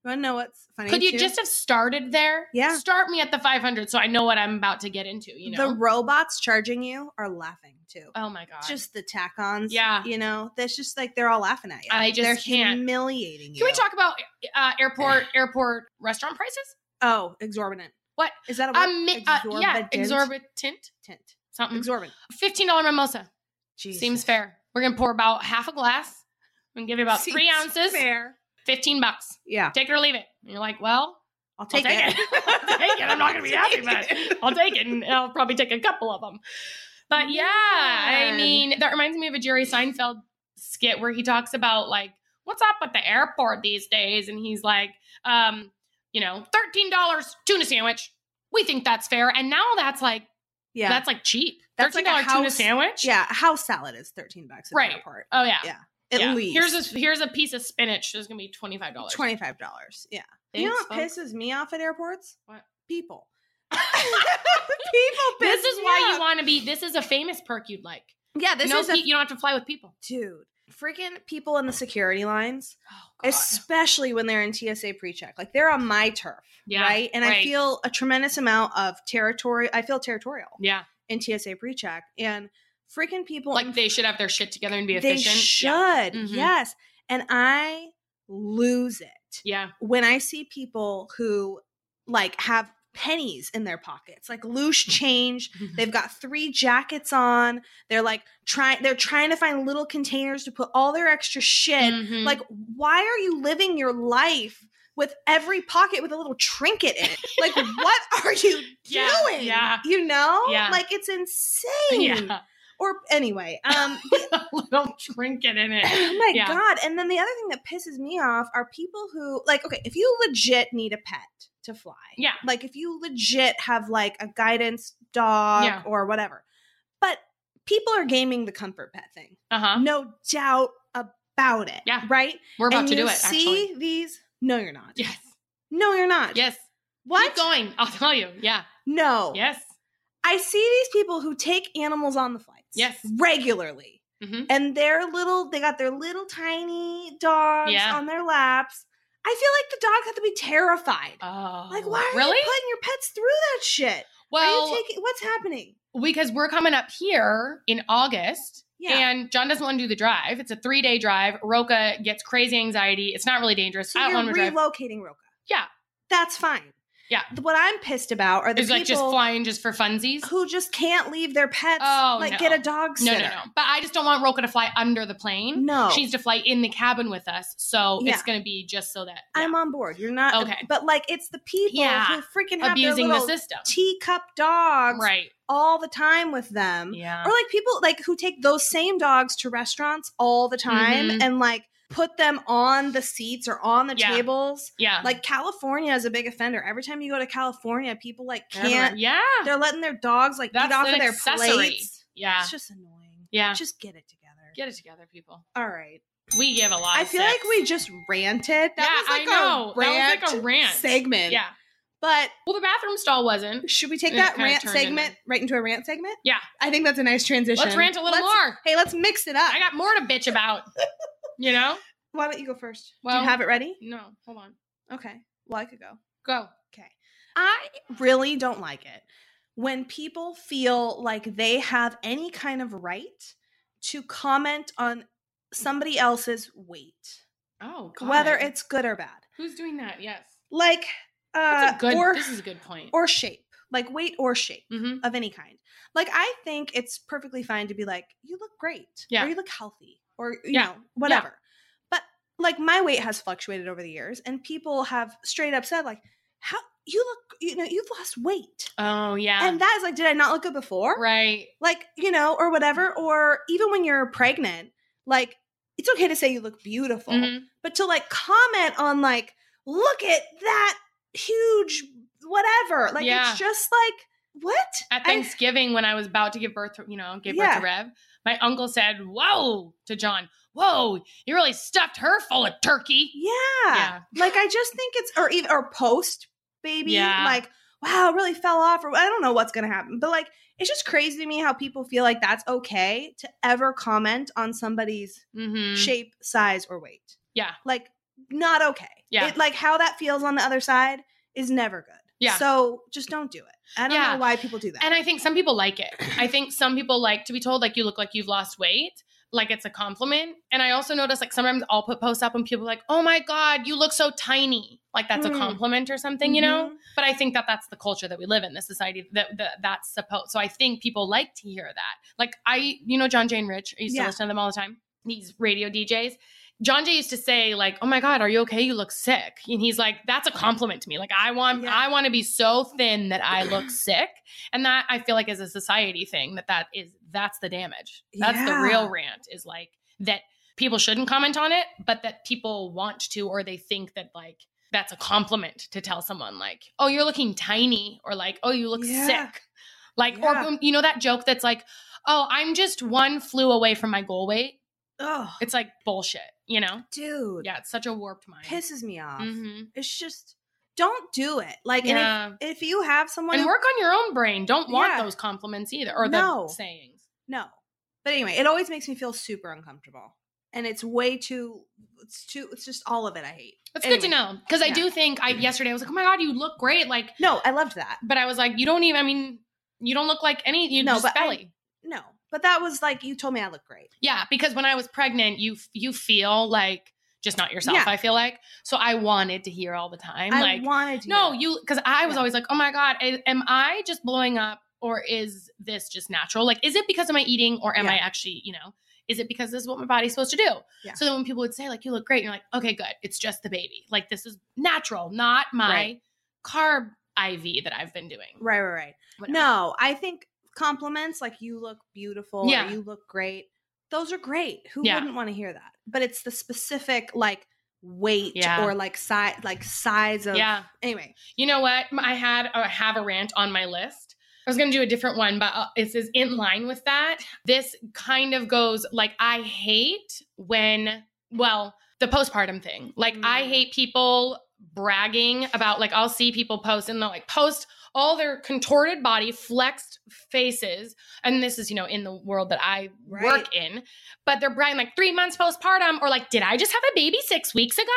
[SPEAKER 4] You want to know what's funny?
[SPEAKER 2] Could
[SPEAKER 4] too?
[SPEAKER 2] you just have started there?
[SPEAKER 4] Yeah.
[SPEAKER 2] Start me at the 500 so I know what I'm about to get into, you know?
[SPEAKER 4] the robots charging you are laughing too.
[SPEAKER 2] oh my God.
[SPEAKER 4] It's just the tack-ons.
[SPEAKER 2] Yeah.
[SPEAKER 4] you know, that's just like they're all laughing at you.
[SPEAKER 2] I just
[SPEAKER 4] they're
[SPEAKER 2] can't.
[SPEAKER 4] humiliating
[SPEAKER 2] Can
[SPEAKER 4] you.
[SPEAKER 2] we talk about uh, airport airport restaurant prices?
[SPEAKER 4] Oh, exorbitant.
[SPEAKER 2] What?
[SPEAKER 4] is that? A word?
[SPEAKER 2] Um, mi- uh, yeah, exorbitant.
[SPEAKER 4] Exorbitant.
[SPEAKER 2] Something.
[SPEAKER 4] Exorbitant.
[SPEAKER 2] $15 mimosa.
[SPEAKER 4] Jesus.
[SPEAKER 2] Mm. Seems fair. We're going to pour about half a glass. I'm going to give you about three
[SPEAKER 4] Seems
[SPEAKER 2] ounces.
[SPEAKER 4] Fair.
[SPEAKER 2] 15 bucks.
[SPEAKER 4] Yeah,
[SPEAKER 2] Take it or leave it. And you're like, well,
[SPEAKER 4] I'll take,
[SPEAKER 2] I'll take
[SPEAKER 4] it.
[SPEAKER 2] it. I'll take it. I'm not going to be happy, but I'll take it, and I'll probably take a couple of them. But yeah, I
[SPEAKER 4] Man.
[SPEAKER 2] mean, that reminds me of a Jerry Seinfeld skit where he talks about like, what's up at the airport these days, and he's like, um, you know, thirteen dollars tuna sandwich. We think that's fair, and now that's like
[SPEAKER 4] <laughs> Yeah,
[SPEAKER 2] that's like cheap.
[SPEAKER 4] That's
[SPEAKER 2] Thirteen
[SPEAKER 4] like a
[SPEAKER 2] dollar tuna
[SPEAKER 4] house-
[SPEAKER 2] sandwich.
[SPEAKER 4] yeah. House salad is thirteen bucks at
[SPEAKER 2] Right.
[SPEAKER 4] the airport.
[SPEAKER 2] Oh yeah.
[SPEAKER 4] Yeah, At
[SPEAKER 2] Yeah.
[SPEAKER 4] least
[SPEAKER 2] Here's a here's a piece of spinach. There's gonna be twenty five dollars.
[SPEAKER 4] twenty five dollars. Yeah. you know what pisses me off at airports?
[SPEAKER 2] What? <laughs>
[SPEAKER 4] people? people.
[SPEAKER 2] This
[SPEAKER 4] piss
[SPEAKER 2] is
[SPEAKER 4] me
[SPEAKER 2] why
[SPEAKER 4] off.
[SPEAKER 2] you want to be. This is a famous perk you'd like.
[SPEAKER 4] Yeah, this
[SPEAKER 2] no,
[SPEAKER 4] is
[SPEAKER 2] pe-
[SPEAKER 4] a
[SPEAKER 2] you don't have to fly with people.
[SPEAKER 4] dude. Freaking people in the security lines,
[SPEAKER 2] Oh,
[SPEAKER 4] especially when they're in TSA pre-check, like they're on my turf,
[SPEAKER 2] yeah,
[SPEAKER 4] right? And I
[SPEAKER 2] right.
[SPEAKER 4] feel a tremendous amount of territory. I feel territorial
[SPEAKER 2] yeah,
[SPEAKER 4] in TSA pre-check, and freaking people in
[SPEAKER 2] like they should have their shit together and be
[SPEAKER 4] They
[SPEAKER 2] efficient.
[SPEAKER 4] should.
[SPEAKER 2] Yeah. Mhm.
[SPEAKER 4] Yes. And I lose it
[SPEAKER 2] yeah,
[SPEAKER 4] when I see people who like have pennies in their pockets, like loose
[SPEAKER 2] Mm.
[SPEAKER 4] change. They've got three jackets on. They're like trying they're trying to find little containers to put all their extra shit.
[SPEAKER 2] Mhm.
[SPEAKER 4] Like why are you living your life with every pocket with a little trinket in it?
[SPEAKER 2] <laughs>
[SPEAKER 4] Like what are you
[SPEAKER 2] Yeah,
[SPEAKER 4] doing?
[SPEAKER 2] yeah.
[SPEAKER 4] You know?
[SPEAKER 2] Yeah.
[SPEAKER 4] Like it's insane.
[SPEAKER 2] yeah, <laughs>
[SPEAKER 4] Or anyway, um <laughs>
[SPEAKER 2] little trinket in
[SPEAKER 4] oh
[SPEAKER 2] it.
[SPEAKER 4] my
[SPEAKER 2] Yeah.
[SPEAKER 4] god and then the other thing that pisses me off are people who like okay if you legit need a pet to fly
[SPEAKER 2] Yeah.
[SPEAKER 4] like if you legit have like a guidance dog
[SPEAKER 2] Yeah.
[SPEAKER 4] or whatever but people are gaming the comfort pet thing
[SPEAKER 2] Uh huh.
[SPEAKER 4] no doubt about it
[SPEAKER 2] Yeah.
[SPEAKER 4] right
[SPEAKER 2] We're about
[SPEAKER 4] and
[SPEAKER 2] to
[SPEAKER 4] you
[SPEAKER 2] do it.
[SPEAKER 4] see
[SPEAKER 2] Actually,
[SPEAKER 4] these no you're not
[SPEAKER 2] yes,
[SPEAKER 4] no you're not
[SPEAKER 2] yes.
[SPEAKER 4] what
[SPEAKER 2] Keep going. I'll tell you. Yeah.
[SPEAKER 4] no
[SPEAKER 2] Yes.
[SPEAKER 4] I see these people who take animals on the flights.
[SPEAKER 2] Yes.
[SPEAKER 4] Regularly.
[SPEAKER 2] Mhm.
[SPEAKER 4] And their little, they got their little tiny dogs
[SPEAKER 2] Yeah.
[SPEAKER 4] on their laps. I feel like the dogs have to be terrified.
[SPEAKER 2] Oh,
[SPEAKER 4] like, why are
[SPEAKER 2] really?
[SPEAKER 4] you putting your pets through that shit? are
[SPEAKER 2] well,
[SPEAKER 4] you taking, what's happening?
[SPEAKER 2] because we're coming up here in August.
[SPEAKER 4] Yeah.
[SPEAKER 2] And John doesn't want to do the drive. It's a three day drive. Roca gets crazy anxiety. It's not really dangerous.
[SPEAKER 4] so
[SPEAKER 2] I don't
[SPEAKER 4] you're
[SPEAKER 2] want to drive.
[SPEAKER 4] relocating Roca.
[SPEAKER 2] Yeah.
[SPEAKER 4] That's fine.
[SPEAKER 2] Yeah.
[SPEAKER 4] What I'm pissed about are the
[SPEAKER 2] Is
[SPEAKER 4] people
[SPEAKER 2] like just flying just for funsies?
[SPEAKER 4] who just can't leave their pets.
[SPEAKER 2] Oh,
[SPEAKER 4] like
[SPEAKER 2] no.
[SPEAKER 4] get a dog
[SPEAKER 2] No,
[SPEAKER 4] sitter.
[SPEAKER 2] no, no. But I just don't want Roka to fly under the plane.
[SPEAKER 4] No.
[SPEAKER 2] She needs to fly in the cabin with us. So
[SPEAKER 4] Yeah.
[SPEAKER 2] it's going to be just so that yeah.
[SPEAKER 4] I'm on board. You're not
[SPEAKER 2] Okay.
[SPEAKER 4] But like, it's the people
[SPEAKER 2] Yeah.
[SPEAKER 4] who freaking have
[SPEAKER 2] abusing
[SPEAKER 4] their
[SPEAKER 2] the
[SPEAKER 4] little
[SPEAKER 2] system.
[SPEAKER 4] teacup dogs
[SPEAKER 2] Right.
[SPEAKER 4] all the time with them,
[SPEAKER 2] Yeah.
[SPEAKER 4] or like people like who take those same dogs to restaurants all the time
[SPEAKER 2] Mhm.
[SPEAKER 4] and like put them on the seats or on the
[SPEAKER 2] Yeah.
[SPEAKER 4] tables.
[SPEAKER 2] Yeah.
[SPEAKER 4] Like California is a big offender. Every time you go to California, people like
[SPEAKER 2] They're everywhere.
[SPEAKER 4] can't.
[SPEAKER 2] Yeah.
[SPEAKER 4] They're letting their dogs like
[SPEAKER 2] That's
[SPEAKER 4] eat off
[SPEAKER 2] an
[SPEAKER 4] of their
[SPEAKER 2] accessory.
[SPEAKER 4] plates.
[SPEAKER 2] Yeah.
[SPEAKER 4] It's just annoying.
[SPEAKER 2] Yeah.
[SPEAKER 4] Just get it together.
[SPEAKER 2] Get it together, people.
[SPEAKER 4] All right.
[SPEAKER 2] We give a lot.
[SPEAKER 4] I
[SPEAKER 2] of
[SPEAKER 4] feel
[SPEAKER 2] sips.
[SPEAKER 4] like we just ranted. That
[SPEAKER 2] Yeah,
[SPEAKER 4] was like
[SPEAKER 2] I know.
[SPEAKER 4] a rant
[SPEAKER 2] that was like a rant
[SPEAKER 4] segment.
[SPEAKER 2] Yeah.
[SPEAKER 4] But
[SPEAKER 2] Well, the bathroom stall wasn't.
[SPEAKER 4] should we take
[SPEAKER 2] And it
[SPEAKER 4] that
[SPEAKER 2] kinda
[SPEAKER 4] rant
[SPEAKER 2] turned
[SPEAKER 4] segment
[SPEAKER 2] into-
[SPEAKER 4] right into a rant segment?
[SPEAKER 2] Yeah.
[SPEAKER 4] I think that's a nice transition.
[SPEAKER 2] Let's rant a little more.
[SPEAKER 4] Hey, let's mix it up.
[SPEAKER 2] I got more to bitch about. You know?
[SPEAKER 4] Why don't you go first? Do
[SPEAKER 2] Well-
[SPEAKER 4] you have it ready?
[SPEAKER 2] <laughs> No. Hold on.
[SPEAKER 4] Okay. Well, I could go.
[SPEAKER 2] Go.
[SPEAKER 4] I really don't like it when people feel like they have any kind of right to comment on somebody else's weight,
[SPEAKER 2] Oh.
[SPEAKER 4] whether
[SPEAKER 2] God.
[SPEAKER 4] it's good or bad.
[SPEAKER 2] who's doing that? Yes.
[SPEAKER 4] Like, uh,
[SPEAKER 2] That's a good.
[SPEAKER 4] or
[SPEAKER 2] this is a good point.
[SPEAKER 4] or shape, like weight or shape
[SPEAKER 2] mm-hmm.
[SPEAKER 4] of any kind. Like I think it's perfectly fine to be like, you look great,
[SPEAKER 2] Yeah.
[SPEAKER 4] or you look healthy, or you
[SPEAKER 2] Yeah.
[SPEAKER 4] know, whatever. But like my weight has fluctuated over the years, and people have straight up said like, how you look, you know, you've lost weight,
[SPEAKER 2] Oh yeah.
[SPEAKER 4] and that is like, did I not look good before?
[SPEAKER 2] right.
[SPEAKER 4] Like you know, or whatever, or even when you're pregnant, like it's okay to say you look beautiful,
[SPEAKER 2] Mhm.
[SPEAKER 4] but to like comment on like look at that huge whatever like
[SPEAKER 2] Yeah.
[SPEAKER 4] it's just like what
[SPEAKER 2] At
[SPEAKER 4] I-
[SPEAKER 2] Thanksgiving, when I was about to give birth, to, you know, give
[SPEAKER 4] Yeah.
[SPEAKER 2] birth to Rev, my uncle said, "Whoa!" to John. "Whoa! You really stuffed her full of turkey."
[SPEAKER 4] yeah.
[SPEAKER 2] Yeah.
[SPEAKER 4] like i just think it's or even or post baby
[SPEAKER 2] Yeah.
[SPEAKER 4] like wow really fell off or i don't know what's gonna happen but like it's just crazy to me how people feel like that's okay to ever comment on somebody's
[SPEAKER 2] Mm-hmm.
[SPEAKER 4] shape size or weight
[SPEAKER 2] Yeah.
[SPEAKER 4] like not okay
[SPEAKER 2] Yeah.
[SPEAKER 4] it, like how that feels on the other side is never good
[SPEAKER 2] Yeah.
[SPEAKER 4] so just don't do it i don't
[SPEAKER 2] Yeah.
[SPEAKER 4] know why people do that
[SPEAKER 2] And I think some people like it. I think some people like to be told like you look like you've lost weight, like it's a compliment. And I also notice like sometimes I'll put posts up and people are like, "Oh my god, you look so tiny." Like that's a
[SPEAKER 4] Mm.
[SPEAKER 2] compliment or something, you know?
[SPEAKER 4] Mm-hmm.
[SPEAKER 2] But I think that that's the culture that we live in, the society that, that that's supposed. So I think people like to hear that. Like I, you know, John Jane Rich, I used
[SPEAKER 4] Yeah.
[SPEAKER 2] to listen to them all the time. These radio DJs. John Jay used to say like, "Oh my God, are you okay? You look sick." And he's like, "That's a compliment to me. Like, I want,
[SPEAKER 4] Yeah.
[SPEAKER 2] I want to be so thin that I
[SPEAKER 4] <clears throat>
[SPEAKER 2] look sick." And that I feel like is a society thing that that is that's the damage. That's
[SPEAKER 4] Yeah.
[SPEAKER 2] the real rant is like that people shouldn't comment on it, but that people want to or they think that like that's a compliment to tell someone like, "Oh, you're looking tiny," or like, "Oh, you look
[SPEAKER 4] Yeah.
[SPEAKER 2] sick." Like
[SPEAKER 4] Yeah.
[SPEAKER 2] or you know that joke that's like, "Oh, I'm just one flu away from my goal weight."
[SPEAKER 4] oh
[SPEAKER 2] It's like bullshit, you know?
[SPEAKER 4] dude
[SPEAKER 2] Yeah, it's such a warped mind.
[SPEAKER 4] pisses me off
[SPEAKER 2] hmm
[SPEAKER 4] it's just don't do it like and if
[SPEAKER 2] Yeah.
[SPEAKER 4] if you have someone
[SPEAKER 2] And
[SPEAKER 4] who-
[SPEAKER 2] work on your own brain. Don't want
[SPEAKER 4] Yeah.
[SPEAKER 2] those compliments either or
[SPEAKER 4] No.
[SPEAKER 2] the sayings.
[SPEAKER 4] no but anyway it always makes me feel super uncomfortable and it's way too it's too it's just all of it i hate
[SPEAKER 2] That's good to
[SPEAKER 4] Anyway.
[SPEAKER 2] know because I
[SPEAKER 4] Yeah.
[SPEAKER 2] do think I yesterday I was like, oh my god, you look great. Like,
[SPEAKER 4] no i loved that
[SPEAKER 2] but I was like, you don't even. I mean, you don't look like any. You
[SPEAKER 4] No,
[SPEAKER 2] just
[SPEAKER 4] but I-
[SPEAKER 2] belly.
[SPEAKER 4] no but that was like you told me i look great
[SPEAKER 2] yeah, because when I was pregnant, you f- you feel like just not yourself.
[SPEAKER 4] Yeah.
[SPEAKER 2] I feel like so I wanted to hear all the time.
[SPEAKER 4] i
[SPEAKER 2] like,
[SPEAKER 4] wanted to
[SPEAKER 2] no, you because I was
[SPEAKER 4] Yeah.
[SPEAKER 2] always like, oh my god, a- am I just blowing up or is this just natural? Like, is it because of my eating or am
[SPEAKER 4] Yeah.
[SPEAKER 2] I actually, you know, is it because this is what my body's supposed to do?
[SPEAKER 4] Yeah.
[SPEAKER 2] So then when people would say like, you look great, you're like, okay, good, it's just the baby. Like this is natural, not my
[SPEAKER 4] Right.
[SPEAKER 2] carb IV that I've been doing.
[SPEAKER 4] right right right
[SPEAKER 2] Whatever.
[SPEAKER 4] no i think compliments like you look beautiful
[SPEAKER 2] Yeah.
[SPEAKER 4] or you look great those are great who
[SPEAKER 2] Yeah.
[SPEAKER 4] wouldn't want to hear that but it's the specific like weight
[SPEAKER 2] Yeah.
[SPEAKER 4] or like size like size of
[SPEAKER 2] Yeah.
[SPEAKER 4] anyway
[SPEAKER 2] You know what? I had I have a rant on my list. I was going to do a different one, but uh, this is in line with that. This kind of goes like I hate when well, the postpartum thing. Like I
[SPEAKER 4] Mm.
[SPEAKER 2] hate people bragging about like I'll see people post and they'll like post all their contorted body, flexed faces, and this is, you know, in the world that I
[SPEAKER 4] Right.
[SPEAKER 2] work in, but they're bragging like 3 months postpartum or like did I just have a baby 6 weeks ago?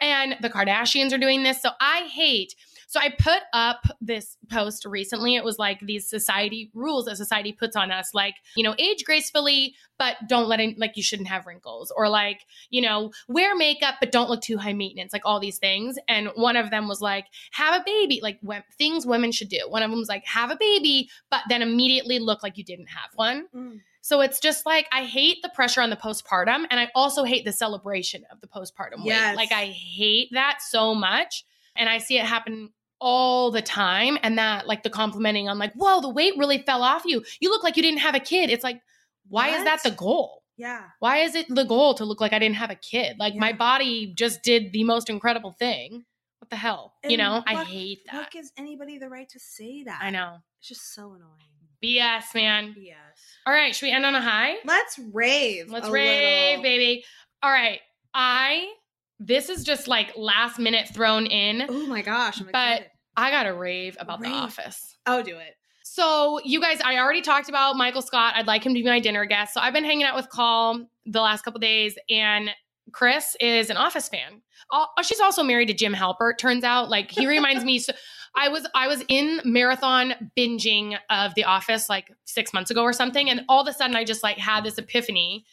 [SPEAKER 2] And the Kardashians are doing this. So I hate So I put up this post recently. It was like these society rules that society puts on us, like, you know, age gracefully, but don't let it, like, you shouldn't have wrinkles, or like, you know, wear makeup, but don't look too high maintenance, like all these things. And one of them was like, have a baby, like we- things women should do. One of them was like, have a baby, but then immediately look like you didn't have one.
[SPEAKER 4] Mm.
[SPEAKER 2] So it's just like I hate the pressure on the postpartum and I also hate the celebration of the postpartum
[SPEAKER 4] Yes.
[SPEAKER 2] weight. Like I hate that so much and I see it happen all the time and that like the complimenting on like, "Whoa, the weight really fell off you. You look like you didn't have a kid." It's like why is
[SPEAKER 4] What?
[SPEAKER 2] that the goal?
[SPEAKER 4] Yeah.
[SPEAKER 2] Why is it the goal to look like I didn't have a kid? Like my
[SPEAKER 4] Yeah.
[SPEAKER 2] body just did the most incredible thing. What the hell? you
[SPEAKER 4] And
[SPEAKER 2] know, I
[SPEAKER 4] what-
[SPEAKER 2] hate
[SPEAKER 4] What
[SPEAKER 2] that.
[SPEAKER 4] gives anybody the right to say that?
[SPEAKER 2] I know.
[SPEAKER 4] It's just so annoying.
[SPEAKER 2] BS, man.
[SPEAKER 4] Yes.
[SPEAKER 2] All right, should we end on a high?
[SPEAKER 4] Let's rave.
[SPEAKER 2] Let's
[SPEAKER 4] a
[SPEAKER 2] rave,
[SPEAKER 4] little.
[SPEAKER 2] baby. All right. I this is just like last minute thrown in.
[SPEAKER 4] Oh my gosh. I'm
[SPEAKER 2] But-
[SPEAKER 4] excited.
[SPEAKER 2] I gotta rave about
[SPEAKER 4] Rave.
[SPEAKER 2] the office.
[SPEAKER 4] I'll do it.
[SPEAKER 2] So you guys, I already talked about Michael Scott. I'd like him to be my dinner guest. So I've been hanging out with Call the last couple days, and Chris is an Office fan. Oh, she's also married to Jim Halpert. Turns out, like he reminds me. So <laughs> I was I was in marathon binging of The Office like six months ago or something, and all of a sudden I just like had this epiphany,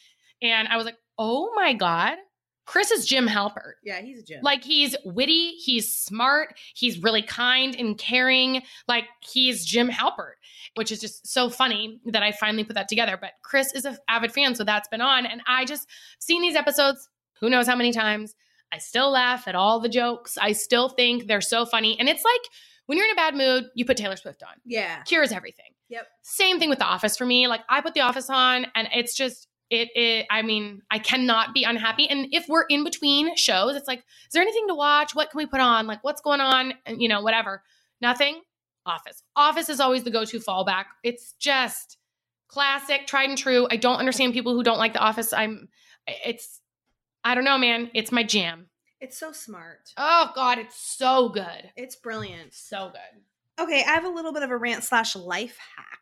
[SPEAKER 2] and I was like, oh my god, Chris is Jim Halpert.
[SPEAKER 4] Yeah, he's a gym.
[SPEAKER 2] Like he's witty, he's smart, he's really kind and caring. Like he's Jim Halpert, which is just so funny that I finally put that together. But Chris is an avid fan, so that's been on. And I just seen these episodes, who knows how many times. I still laugh at all the jokes. I still think they're so funny. And it's like when you're in a bad mood, you put Taylor Swift on.
[SPEAKER 4] yeah.
[SPEAKER 2] Cures everything.
[SPEAKER 4] Yep.
[SPEAKER 2] Same thing with The Office for me. Like I put The Office on, and it's just it. it I mean, I cannot be unhappy. And if we're in between shows, it's like, is there anything to watch? What can we put on? Like what's going on? And, you know, whatever. Nothing. Office. Office is always the go-to fallback. It's just classic, tried and true. I don't understand people who don't like The Office. I'm. It's. I don't know, man. It's my jam.
[SPEAKER 4] It's so smart.
[SPEAKER 2] Oh God, it's so good.
[SPEAKER 4] It's brilliant.
[SPEAKER 2] So good.
[SPEAKER 4] Okay, I have a little bit of a rant slash life hack.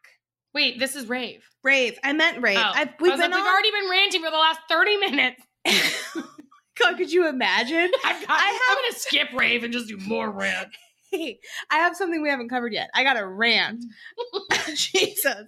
[SPEAKER 2] Wait, this is rave.
[SPEAKER 4] Rave. I meant rave.
[SPEAKER 2] Oh.
[SPEAKER 4] I've,
[SPEAKER 2] We've,
[SPEAKER 4] we've been
[SPEAKER 2] like, we've
[SPEAKER 4] on-
[SPEAKER 2] already been ranting for the last 30 minutes.
[SPEAKER 4] <laughs> God, could you imagine?
[SPEAKER 2] I've got,
[SPEAKER 4] I have-
[SPEAKER 2] <laughs> I'm gonna skip rave and just do more rant.
[SPEAKER 4] hey, I have something we haven't covered yet. I got
[SPEAKER 2] <laughs>
[SPEAKER 4] a rant. <laughs> Jesus.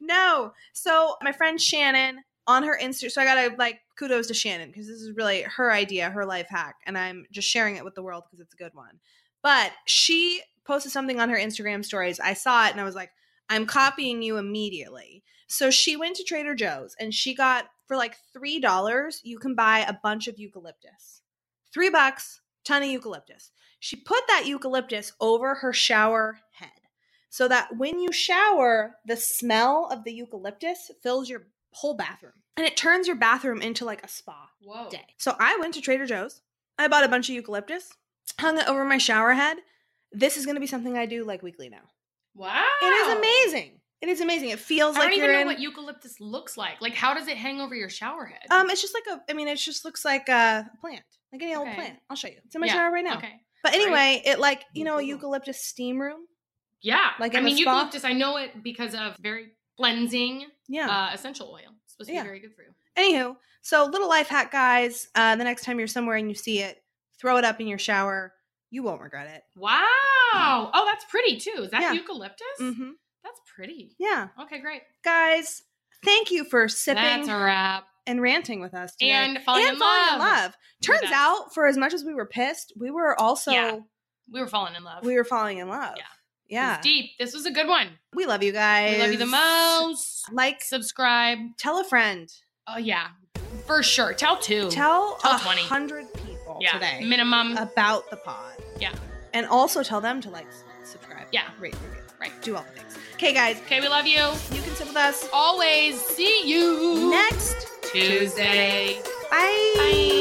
[SPEAKER 4] No. So my friend Shannon on her Insta. So I gotta like kudos to Shannon because this is really her idea, her life hack, and I'm just sharing it with the world because it's a good one. But she posted something on her Instagram stories. I saw it and I was like, I'm copying you immediately. So she went to Trader Joe's and she got for like three dollars, you can buy a bunch of eucalyptus. Three bucks, ton of eucalyptus. She put that eucalyptus over her shower head so that when you shower, the smell of the eucalyptus fills your whole bathroom and it turns your bathroom into like a spa
[SPEAKER 2] Whoa.
[SPEAKER 4] day. So I went to Trader Joe's. I bought a bunch of eucalyptus, hung it over my shower head. This is going to be something I do like weekly now.
[SPEAKER 2] Wow.
[SPEAKER 4] It is amazing. It is amazing. It feels
[SPEAKER 2] I
[SPEAKER 4] like
[SPEAKER 2] don't even
[SPEAKER 4] you're
[SPEAKER 2] know
[SPEAKER 4] in.
[SPEAKER 2] what eucalyptus looks like. Like, how does it hang over your shower head?
[SPEAKER 4] um, it's just like a. I mean, it just looks like a plant, like any old
[SPEAKER 2] Okay.
[SPEAKER 4] plant. I'll show you. It's in my
[SPEAKER 2] Yeah,
[SPEAKER 4] shower right now.
[SPEAKER 2] Okay.
[SPEAKER 4] But
[SPEAKER 2] Right.
[SPEAKER 4] anyway, it like you know a
[SPEAKER 2] Cool.
[SPEAKER 4] eucalyptus steam room.
[SPEAKER 2] Yeah.
[SPEAKER 4] Like
[SPEAKER 2] I
[SPEAKER 4] in a
[SPEAKER 2] mean,
[SPEAKER 4] spa?
[SPEAKER 2] eucalyptus. I know it because of very cleansing
[SPEAKER 4] Yeah.
[SPEAKER 2] uh, essential oil. It's supposed to
[SPEAKER 4] Oh. Yeah.
[SPEAKER 2] be very good for you.
[SPEAKER 4] Anywho, so little life hack, guys. Uh, the next time you're somewhere and you see it, throw it up in your shower. You won't regret it.
[SPEAKER 2] Wow. Oh, that's pretty too. Is that
[SPEAKER 4] Yeah.
[SPEAKER 2] eucalyptus?
[SPEAKER 4] hmm
[SPEAKER 2] That's pretty.
[SPEAKER 4] Yeah,
[SPEAKER 2] Okay, great.
[SPEAKER 4] guys. Thank you for sipping
[SPEAKER 2] That's a wrap.
[SPEAKER 4] and ranting with us today.
[SPEAKER 2] And falling in
[SPEAKER 4] falling
[SPEAKER 2] love.
[SPEAKER 4] Turns
[SPEAKER 2] best.
[SPEAKER 4] out, for as much as we were pissed, we were also
[SPEAKER 2] Yeah. We were falling in love.
[SPEAKER 4] we were falling in love.
[SPEAKER 2] Yeah.
[SPEAKER 4] Yeah,
[SPEAKER 2] It was deep. This was a good one.
[SPEAKER 4] we love you guys.
[SPEAKER 2] We love you the most.
[SPEAKER 4] Like,
[SPEAKER 2] Subscribe.
[SPEAKER 4] tell a friend.
[SPEAKER 2] Oh yeah, for sure. Tell two.
[SPEAKER 4] Tell
[SPEAKER 2] Tell
[SPEAKER 4] a
[SPEAKER 2] 20.
[SPEAKER 4] hundred people
[SPEAKER 2] yeah.
[SPEAKER 4] today Uh,
[SPEAKER 2] Minimum.
[SPEAKER 4] about the pod.
[SPEAKER 2] Yeah.
[SPEAKER 4] And also tell them to like, subscribe,
[SPEAKER 2] Yeah.
[SPEAKER 4] rate, review,
[SPEAKER 2] Right.
[SPEAKER 4] do all the things. Okay, guys,
[SPEAKER 2] okay, we love you.
[SPEAKER 4] you can sit with us
[SPEAKER 2] Always see you
[SPEAKER 4] next
[SPEAKER 2] Tuesday.
[SPEAKER 4] Bye.
[SPEAKER 2] Bye.